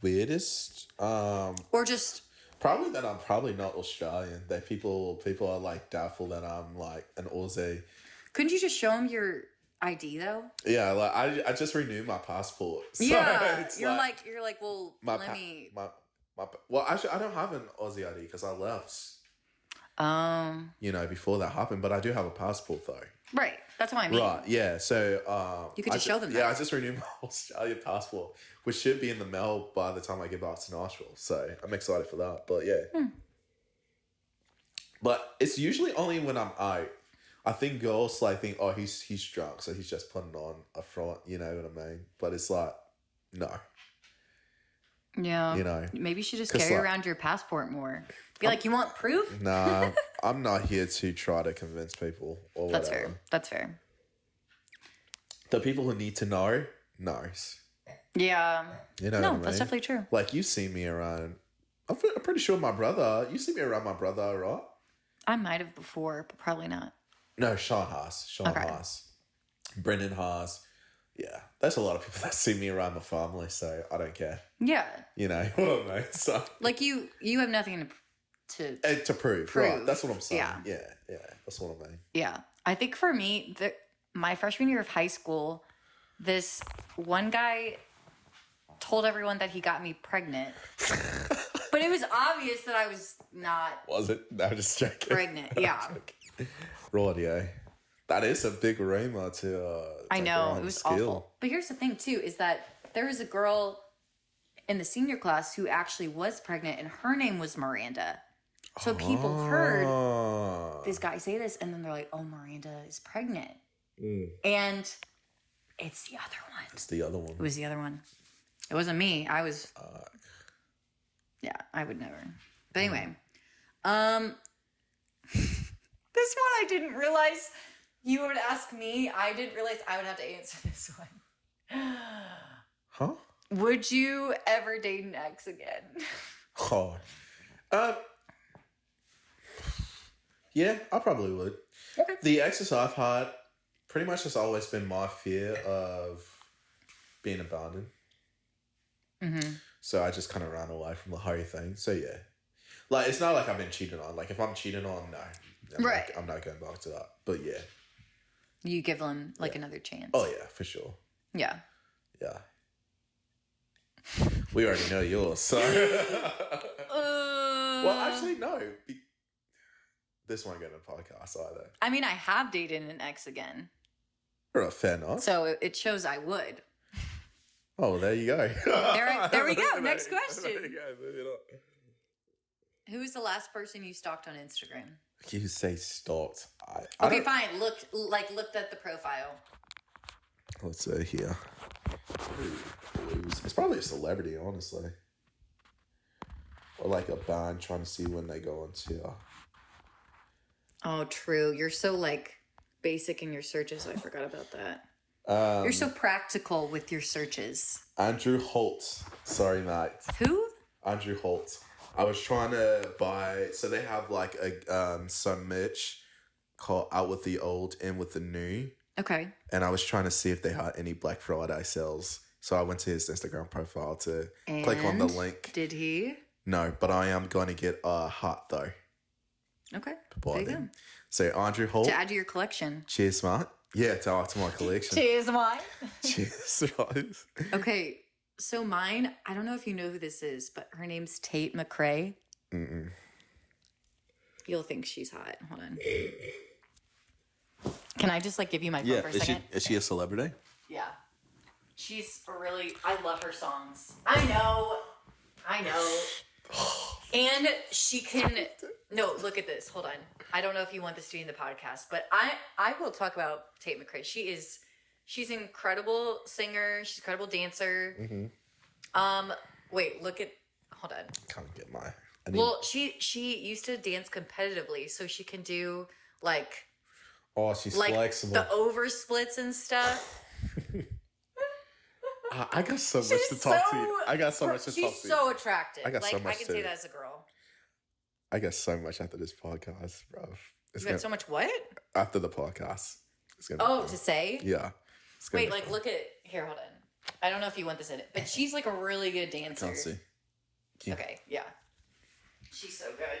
Speaker 1: Weirdest. Um,
Speaker 2: or just
Speaker 1: probably that I'm probably not Australian. That people people are like doubtful that I'm like an Aussie.
Speaker 2: couldn't you just show them your id though
Speaker 1: Yeah, like I I just renewed my passport. So
Speaker 2: yeah
Speaker 1: it's
Speaker 2: you're like, you're like well
Speaker 1: my
Speaker 2: let
Speaker 1: pa-
Speaker 2: me
Speaker 1: my My, well, actually, I don't have an Aussie ID because I left,
Speaker 2: Um,
Speaker 1: you know, before that happened. But I do have a passport though.
Speaker 2: right. That's what I mean.
Speaker 1: Right. Yeah. So um,
Speaker 6: You could
Speaker 1: I
Speaker 6: just
Speaker 1: ju-
Speaker 6: show them
Speaker 1: Yeah,
Speaker 6: that.
Speaker 1: I just renewed my Australia passport, which should be in the mail by the time I get back to Nashville. So I'm excited for that. But yeah.
Speaker 6: Hmm.
Speaker 1: But it's usually only when I'm out. I think girls like think, oh, he's he's drunk, so he's just putting on a front. You know what I mean? But it's like, no,
Speaker 2: Yeah.
Speaker 1: you know,
Speaker 2: Maybe you should just
Speaker 1: 'Cause,
Speaker 2: carry
Speaker 1: like-
Speaker 2: around your passport more. Be like, you want proof?
Speaker 1: nah. I'm not here to try to convince people or whatever.
Speaker 2: That's fair. That's fair.
Speaker 1: The people who need to know knows.
Speaker 2: Yeah.
Speaker 1: You know,
Speaker 2: No,
Speaker 1: what I mean?
Speaker 2: that's definitely true.
Speaker 1: Like you see me around. I'm, pre- I'm pretty sure my brother. You see me around my brother, right?
Speaker 2: I might have before, but probably not.
Speaker 1: No, Sean Haas. Sean
Speaker 2: Okay.
Speaker 1: Haas. Brendan Haas. Yeah, there's a lot of people that see me around my family, so I don't care.
Speaker 2: Yeah.
Speaker 1: You know what I mean? So
Speaker 2: Like you, you have nothing to. to
Speaker 1: eh, to prove, right?
Speaker 2: Prove.
Speaker 1: That's what I'm saying.
Speaker 2: Yeah.
Speaker 1: yeah, yeah. That's what I mean.
Speaker 2: yeah. I think for me, the, my freshman year of high school, this one guy told everyone that he got me pregnant, but it was obvious that I was not
Speaker 1: Was it? No, just joking.
Speaker 2: pregnant. Yeah.
Speaker 1: Right, yeah. That is a big rumor to. Uh,
Speaker 2: I
Speaker 1: take
Speaker 2: know
Speaker 1: around
Speaker 2: it was
Speaker 1: skill.
Speaker 2: awful. But here's the thing too is that there was a girl in the senior class who actually was pregnant, and her name was Miranda. So people heard
Speaker 1: Ah.
Speaker 2: this guy say this, and then they're like, "Oh, Miranda is pregnant,"
Speaker 1: Mm.
Speaker 2: and it's the other one.
Speaker 1: It's the other
Speaker 2: It
Speaker 1: one. Uh,
Speaker 2: was the other one. It wasn't me. I was. Yeah, I would never. But anyway, um, this one I didn't realize you would ask me. I didn't realize I would have to answer this one.
Speaker 1: Huh?
Speaker 2: Would you ever date an ex again?
Speaker 1: Oh. Um, yeah, I probably would.
Speaker 2: Okay.
Speaker 1: The exes I've had pretty much has always been my fear of being abandoned.
Speaker 2: Mm-hmm.
Speaker 1: So I just kind of ran away from the whole thing. So yeah. Like, it's not like I've been cheated on. Like, if I'm cheated on, no. I'm
Speaker 2: Right.
Speaker 1: Not, I'm not going back to that. But yeah.
Speaker 2: You give them like another chance.
Speaker 1: Oh, yeah, for sure.
Speaker 2: yeah.
Speaker 1: Yeah. We already know yours, so. Well,
Speaker 2: Uh.
Speaker 1: actually, no. Be- this won't go to podcast either.
Speaker 2: I mean, I have dated an ex again,
Speaker 1: Right, fair enough.
Speaker 2: so it- it shows I would.
Speaker 1: oh, there you go.
Speaker 2: There I- there we go.
Speaker 1: There
Speaker 2: Next
Speaker 1: you go.
Speaker 2: question.
Speaker 1: There you go. Moving on.
Speaker 2: Who is the last person you stalked on Instagram?
Speaker 1: You say stalked. I, I
Speaker 2: Okay,
Speaker 1: don't-
Speaker 2: fine. Look, like looked at the profile.
Speaker 1: Let's see here. Ooh, ooh, It's probably a celebrity, honestly. Or like a band trying to see when they go on tour.
Speaker 2: Oh, true. You're so like basic in your searches. I forgot about that.
Speaker 1: Um,
Speaker 2: You're so practical with your searches.
Speaker 1: Andrew Holt. Sorry, mate.
Speaker 2: Who?
Speaker 1: Andrew Holt. I was trying to buy, so they have like a um some merch called "Out with the Old, In with the New,"
Speaker 2: Okay.
Speaker 1: and I was trying to see if they had any Black Friday sales. So I went to his Instagram profile to click on the
Speaker 2: And
Speaker 1: link.
Speaker 2: Did he?
Speaker 1: no, but I am going to get a hat though.
Speaker 2: Okay.
Speaker 1: Buy
Speaker 2: There you
Speaker 1: them.
Speaker 2: go.
Speaker 1: So Andrew Holt,
Speaker 2: To add to your collection.
Speaker 1: cheers, mate. Yeah, to add to my collection.
Speaker 2: Cheers, mine.
Speaker 1: cheers, guys.
Speaker 2: Okay, so mine, I don't know if you know who this is, but her name's Tate McRae.
Speaker 1: Mm-mm.
Speaker 2: You'll think she's hot. Hold on. Can I just like give you my phone for a
Speaker 1: is she
Speaker 2: second?
Speaker 1: is she a celebrity?
Speaker 2: Yeah. She's really I love her songs. I know. I know. And she can No, look at this. Hold on. I don't know if you want this to be in the podcast, but I I will talk about Tate McRae. She is she's an incredible singer, she's an incredible dancer.
Speaker 1: Mm-hmm.
Speaker 2: Um wait, look at hold on.
Speaker 1: Can't get my. I need,
Speaker 2: Well, she she used to dance competitively, so she can do like
Speaker 1: oh, she's
Speaker 2: like
Speaker 1: flexible.
Speaker 2: the over splits and stuff.
Speaker 1: I, I got so much
Speaker 2: She's
Speaker 1: to talk
Speaker 2: so-
Speaker 1: to. you. I got so
Speaker 2: Bro,
Speaker 1: much to
Speaker 2: she's
Speaker 1: talk to. you.
Speaker 2: so attractive.
Speaker 1: I got
Speaker 2: like
Speaker 1: so
Speaker 2: I
Speaker 1: much
Speaker 2: can
Speaker 1: to-
Speaker 2: say that as a girl.
Speaker 1: I got so much after this podcast, bro. It's
Speaker 2: You
Speaker 1: gonna,
Speaker 2: got so much what?
Speaker 1: after the podcast. It's gonna be
Speaker 2: Oh,
Speaker 1: fun.
Speaker 2: to say.
Speaker 1: yeah. It's gonna
Speaker 2: Wait,
Speaker 1: be
Speaker 2: like
Speaker 1: fun.
Speaker 2: look at here. Hold on. I don't know if you want this in it, but she's like a really good dancer.
Speaker 1: Can't see. Yeah.
Speaker 2: Okay, yeah. She's so good.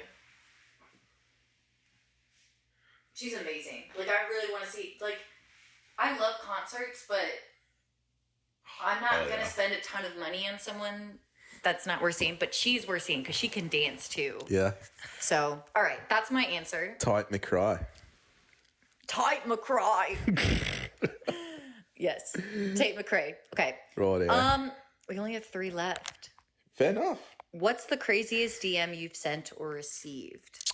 Speaker 2: She's amazing. Like I really want to see. Like I love concerts, but I'm not
Speaker 1: Oh,
Speaker 2: gonna
Speaker 1: yeah.
Speaker 2: spend a ton of money on someone that's not worth seeing, but she's worth seeing because she can dance too.
Speaker 1: Yeah.
Speaker 2: So, all right, that's my answer.
Speaker 1: Tight McCry.
Speaker 2: Tate McCray. yes, Tate McCray. Okay.
Speaker 1: Right there.
Speaker 2: Um, we only have three left.
Speaker 1: Fair enough.
Speaker 2: What's the craziest DM you've sent or received?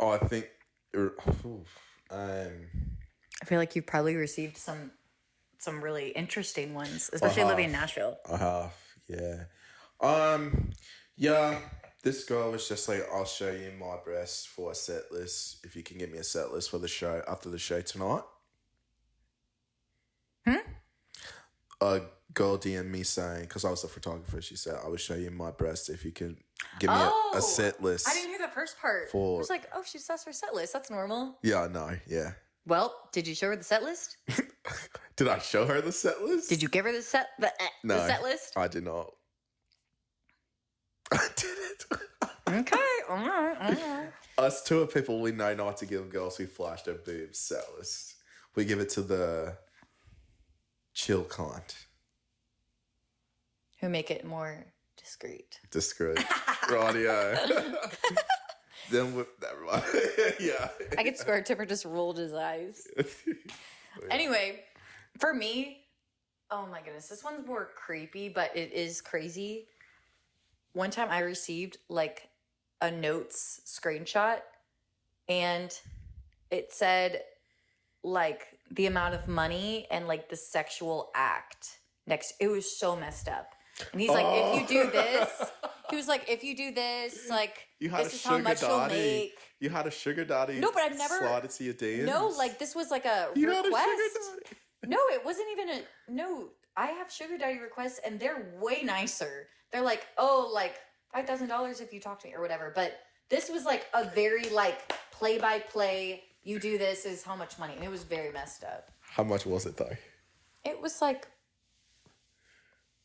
Speaker 1: Oh, I think. er, oof, um,
Speaker 2: I feel like you've probably received some some really interesting ones, especially
Speaker 1: Uh-huh.
Speaker 2: living in Nashville.
Speaker 1: I have, Uh-huh. yeah. Um, yeah. This girl was just like, "I'll show you my breasts for a set list if you can get me a set list for the show after the show tonight." Hmm. A girl DM me saying, because I was the photographer, she said, "I will show you my breasts if you can give me a,
Speaker 2: Oh,
Speaker 1: a set list."
Speaker 2: I didn't hear the first part.
Speaker 1: For-
Speaker 2: I was like, oh, she says her set list. That's normal.
Speaker 1: yeah, I know. Yeah.
Speaker 2: Well, did you show her the set list?
Speaker 1: Did I show her the set list?
Speaker 2: Did you give her the set the, eh,
Speaker 1: No.
Speaker 2: the set list?
Speaker 1: I did not. I did it.
Speaker 2: Okay, all right, all right.
Speaker 1: Us two are people we know not to give girls who flash their boobs set list. We give it to the chill kind.
Speaker 2: Who make it more discreet?
Speaker 1: Discreet. Radio. then with that right. yeah.
Speaker 7: I get Square Tipper just rolled his eyes.
Speaker 2: Anyway, for me, oh my goodness, this one's more creepy, but it is crazy. One time I received like a notes screenshot and it said like the amount of money and like the sexual act next. It was so messed up. And he's like, if you
Speaker 1: Oh.
Speaker 2: do this, he was like, if you do this, like,
Speaker 1: You had
Speaker 2: this
Speaker 1: a
Speaker 2: is how
Speaker 1: sugar
Speaker 2: much you'll
Speaker 1: daddy.
Speaker 2: make.
Speaker 1: You had a sugar daddy.
Speaker 2: No, but I've never-
Speaker 1: slide it to your DMs.
Speaker 2: No, like, this was like a
Speaker 1: you had a
Speaker 2: request.
Speaker 1: sugar daddy.
Speaker 2: No, it wasn't even a no. I have sugar daddy requests, and they're way nicer. They're like, oh, like five thousand dollars if you talk to me or whatever. But this was like a very like play by play. You do this is how much money, and it was very messed up.
Speaker 1: How much was it though?
Speaker 2: It was like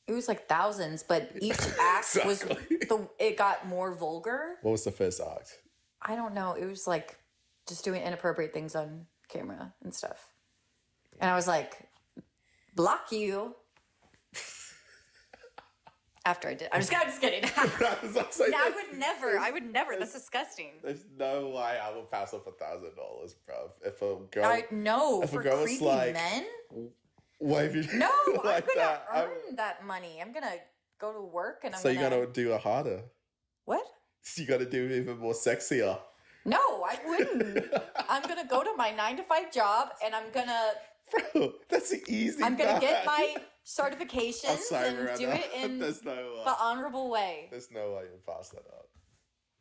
Speaker 2: it was like thousands, but each act was the it got more vulgar.
Speaker 1: What was the first act?
Speaker 2: I don't know. It was like just doing inappropriate things on camera and stuff. And I was like, block you. After I did, I'm just, I'm just kidding. I
Speaker 1: I was like,
Speaker 2: would never. I would never. That's disgusting.
Speaker 1: There's no way I would pass up a thousand dollars, bro. If a girl
Speaker 2: I no
Speaker 1: If a
Speaker 2: for
Speaker 1: girl was
Speaker 2: creepy
Speaker 1: like-
Speaker 2: men.
Speaker 1: wave you
Speaker 2: No,
Speaker 1: like
Speaker 2: I'm gonna
Speaker 1: that, I
Speaker 2: earn
Speaker 1: would-
Speaker 2: that money. I'm gonna go to work and I'm
Speaker 1: so
Speaker 2: gonna,
Speaker 1: you gotta do it harder.
Speaker 2: what?
Speaker 1: You gotta do it even more sexier.
Speaker 2: No, I wouldn't. I'm gonna go to my nine to five job and I'm gonna
Speaker 1: Bro, that's an easy.
Speaker 2: I'm gonna
Speaker 1: bag.
Speaker 2: get my
Speaker 1: I'm
Speaker 2: certifications
Speaker 1: sorry,
Speaker 2: and
Speaker 1: Miranda.
Speaker 2: do it in
Speaker 1: There's no
Speaker 2: the
Speaker 1: way.
Speaker 2: honorable way.
Speaker 1: There's no way you pass that up.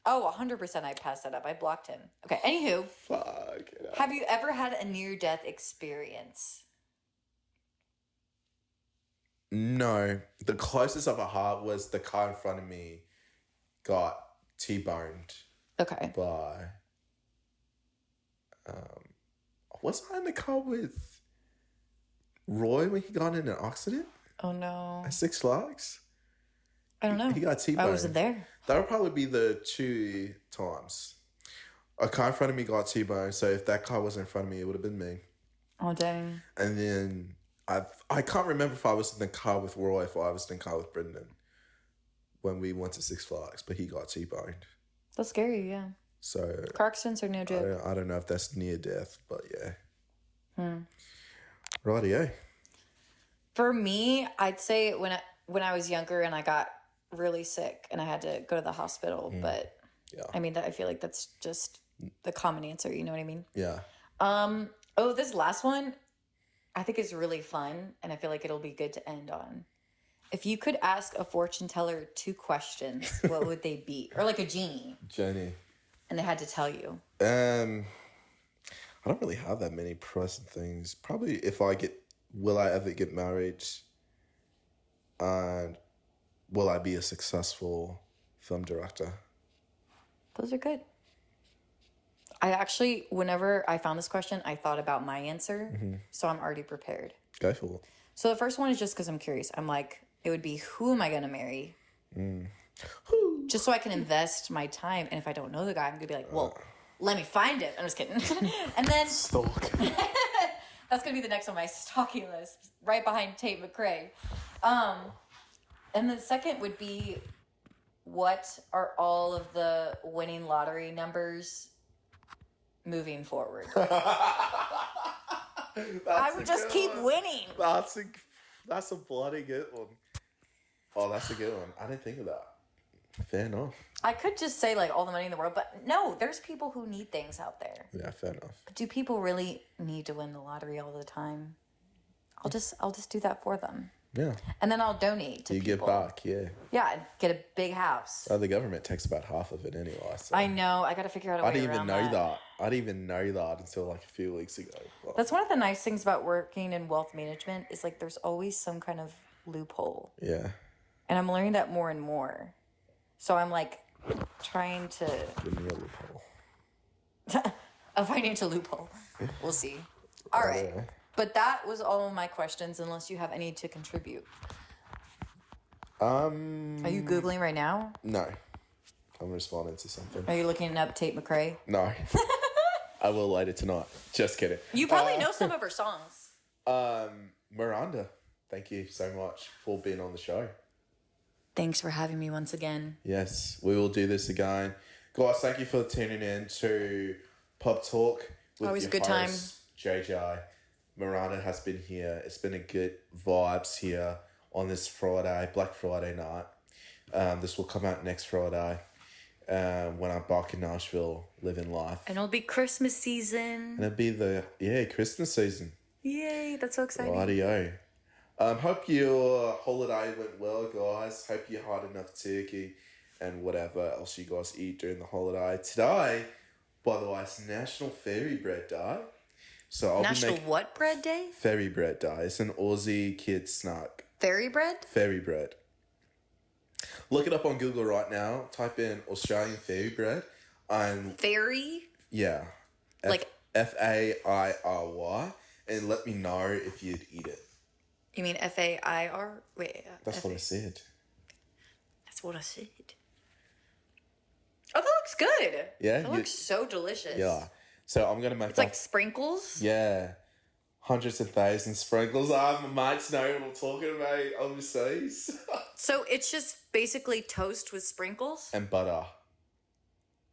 Speaker 2: Oh, 100% I passed that up. I blocked him. Okay, anywho,
Speaker 1: Fuck. You know.
Speaker 2: have you ever had a near death experience?
Speaker 1: No, the closest of a heart was the car in front of me got t-boned
Speaker 2: Okay.
Speaker 1: by. Um, was I in the car with Roy when he got in an accident?
Speaker 2: Oh no.
Speaker 1: at Six Flags.
Speaker 2: I don't know.
Speaker 1: He got T-boned.
Speaker 2: I wasn't there.
Speaker 1: That would probably be the two times. A car in front of me got T-boned, so if that car was in front of me, it would have been me.
Speaker 2: Oh dang.
Speaker 1: And then I I can't remember if I was in the car with Roy, if I was in the car with Brendan when we went to Six Flags, but he got T-boned.
Speaker 2: That's scary, yeah.
Speaker 1: So
Speaker 7: Car accidents are no
Speaker 1: I
Speaker 7: joke.
Speaker 1: don't, I don't know if that's near death, but Oh, yeah. Hmm. Rightio.
Speaker 2: For me, I'd say when I when I was younger and I got really sick and I had to go to the hospital, but
Speaker 1: Hmm. Yeah.
Speaker 2: I mean that I feel like that's just the common answer, you know what I mean?
Speaker 1: Yeah.
Speaker 2: Um. Oh, this last one, I think is really fun, and I feel like it'll be good to end on. If you could ask a fortune teller two questions, what would they be? Or like a genie,
Speaker 1: Jenny.
Speaker 2: and they had to tell you.
Speaker 1: Um, I don't really have that many present things. Probably if I get, will I ever get married? And will I be a successful film director?
Speaker 2: Those are good. I actually, whenever I found this question, I thought about my answer, so I'm already prepared.
Speaker 1: Go for it.
Speaker 2: So the first one is just because I'm curious. I'm like, it would be who am I going to marry? Just so I can invest my time. And if I don't know the guy, I'm going to be like, well, let me find it. I'm just kidding. and then
Speaker 1: Stalk.
Speaker 2: that's going to be the next on my stalking list, right behind Tate McRae. Um, And the second would be what are all of the winning lottery numbers moving forward? I would just keep
Speaker 1: winning.
Speaker 2: winning.
Speaker 1: That's a that's a bloody good one. Oh, that's a good one. I didn't think of that. Fair enough.
Speaker 2: I could just say like all the money in the world, but no, there's people who need things out there.
Speaker 1: Yeah, fair enough.
Speaker 2: But do people really need to win the lottery all the time? I'll just I'll just do that for them.
Speaker 1: Yeah,
Speaker 2: And then I'll donate to
Speaker 1: you
Speaker 2: people.
Speaker 1: get back. Yeah,
Speaker 2: Yeah, and get a big house.
Speaker 1: oh, the government takes about half of it anyway. So.
Speaker 2: I know. I got to figure out a way
Speaker 1: I didn't even
Speaker 2: around
Speaker 1: know that.
Speaker 2: that.
Speaker 1: I didn't even know that until like a few weeks ago. Well,
Speaker 2: That's one of the nice things about working in wealth management is like there's always some kind of loophole.
Speaker 1: yeah,
Speaker 2: And I'm learning that more and more. So I'm like trying to
Speaker 1: give me a loophole.
Speaker 2: a financial loophole. We'll see. All right.
Speaker 1: Yeah.
Speaker 2: But that was all of my questions unless you have any to contribute.
Speaker 1: Um,
Speaker 2: Are you googling right now?
Speaker 1: no, I'm responding to something.
Speaker 2: Are you looking up Tate McRae?
Speaker 1: No, I will later tonight. Just kidding.
Speaker 2: You probably know some of her songs.
Speaker 1: Um, Miranda, thank you so much for being on the show.
Speaker 2: Thanks for having me once again.
Speaker 1: Yes, we will do this again. Guys, thank you for tuning in to Pub Talk. With
Speaker 2: Always a
Speaker 1: your
Speaker 2: good time.
Speaker 1: host, JJ. Miranda has been here. It's been a good vibes here on this Friday, Black Friday night. Um, this will come out next Friday um, when I'm back in Nashville living life.
Speaker 2: And it'll be Christmas season.
Speaker 1: And it'll be the, yeah, Christmas season.
Speaker 2: Yay, that's so exciting.
Speaker 1: Rightio. Um, hope your holiday went well, guys. Hope you had enough turkey and whatever else you guys eat during the holiday. Today, by the way, it's National Fairy Bread Day. So I'll
Speaker 2: National
Speaker 1: be making
Speaker 2: what bread day?
Speaker 1: Fairy Bread Day. It's an Aussie kid snack.
Speaker 2: Fairy bread?
Speaker 1: Fairy bread. Look it up on Google right now. Type in Australian fairy bread. And
Speaker 2: Fairy?
Speaker 1: yeah. F-
Speaker 2: Like-
Speaker 1: F A I R Y. And let me know if you'd eat it.
Speaker 2: You mean F A I R? Wait, uh,
Speaker 1: That's
Speaker 2: F-
Speaker 1: what I said.
Speaker 2: that's what I said. Oh, that looks good.
Speaker 1: Yeah,
Speaker 2: That
Speaker 1: you-
Speaker 2: looks so delicious.
Speaker 1: Yeah. So I'm gonna make
Speaker 2: It's like
Speaker 1: that-
Speaker 2: sprinkles.
Speaker 1: yeah, hundreds of thousands sprinkles. Ah, my mates know what I'm talking about overseas.
Speaker 2: So it's just basically toast with sprinkles?
Speaker 1: and butter,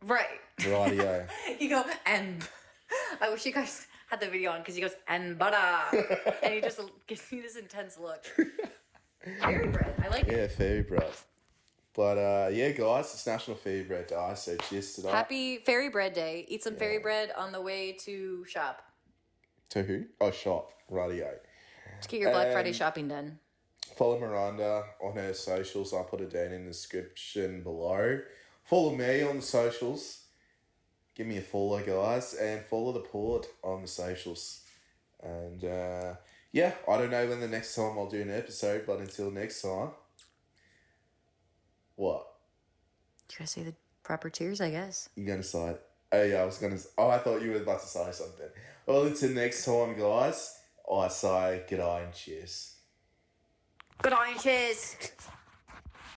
Speaker 2: Right.
Speaker 1: radio.
Speaker 2: You go, and I wish you guys had the video on because he goes, and butter. and he just gives me this intense look. Fairy bread. I like it.
Speaker 1: yeah, fairy bread. But uh, yeah, guys, it's National Fairy Bread Day, so cheers to that.
Speaker 2: Happy Fairy Bread Day. Eat some fairy bread on the way to shop
Speaker 1: to who? Oh, shop radio.
Speaker 2: to get your Black Friday
Speaker 1: Um,
Speaker 2: shopping done.
Speaker 1: Follow Miranda on her socials. I'll put it down in the description below. Follow me on the socials. Give me a follow, guys, and follow the pod on the socials. And uh, yeah, I don't know when the next time I'll do an episode, but until next time, what
Speaker 2: You gotta say the proper cheers, I guess.
Speaker 1: you gonna say? it. Oh yeah, I was gonna. Oh, I thought you were about to say something. Well, until next time, guys. I say good and cheers.
Speaker 2: Good on cheers.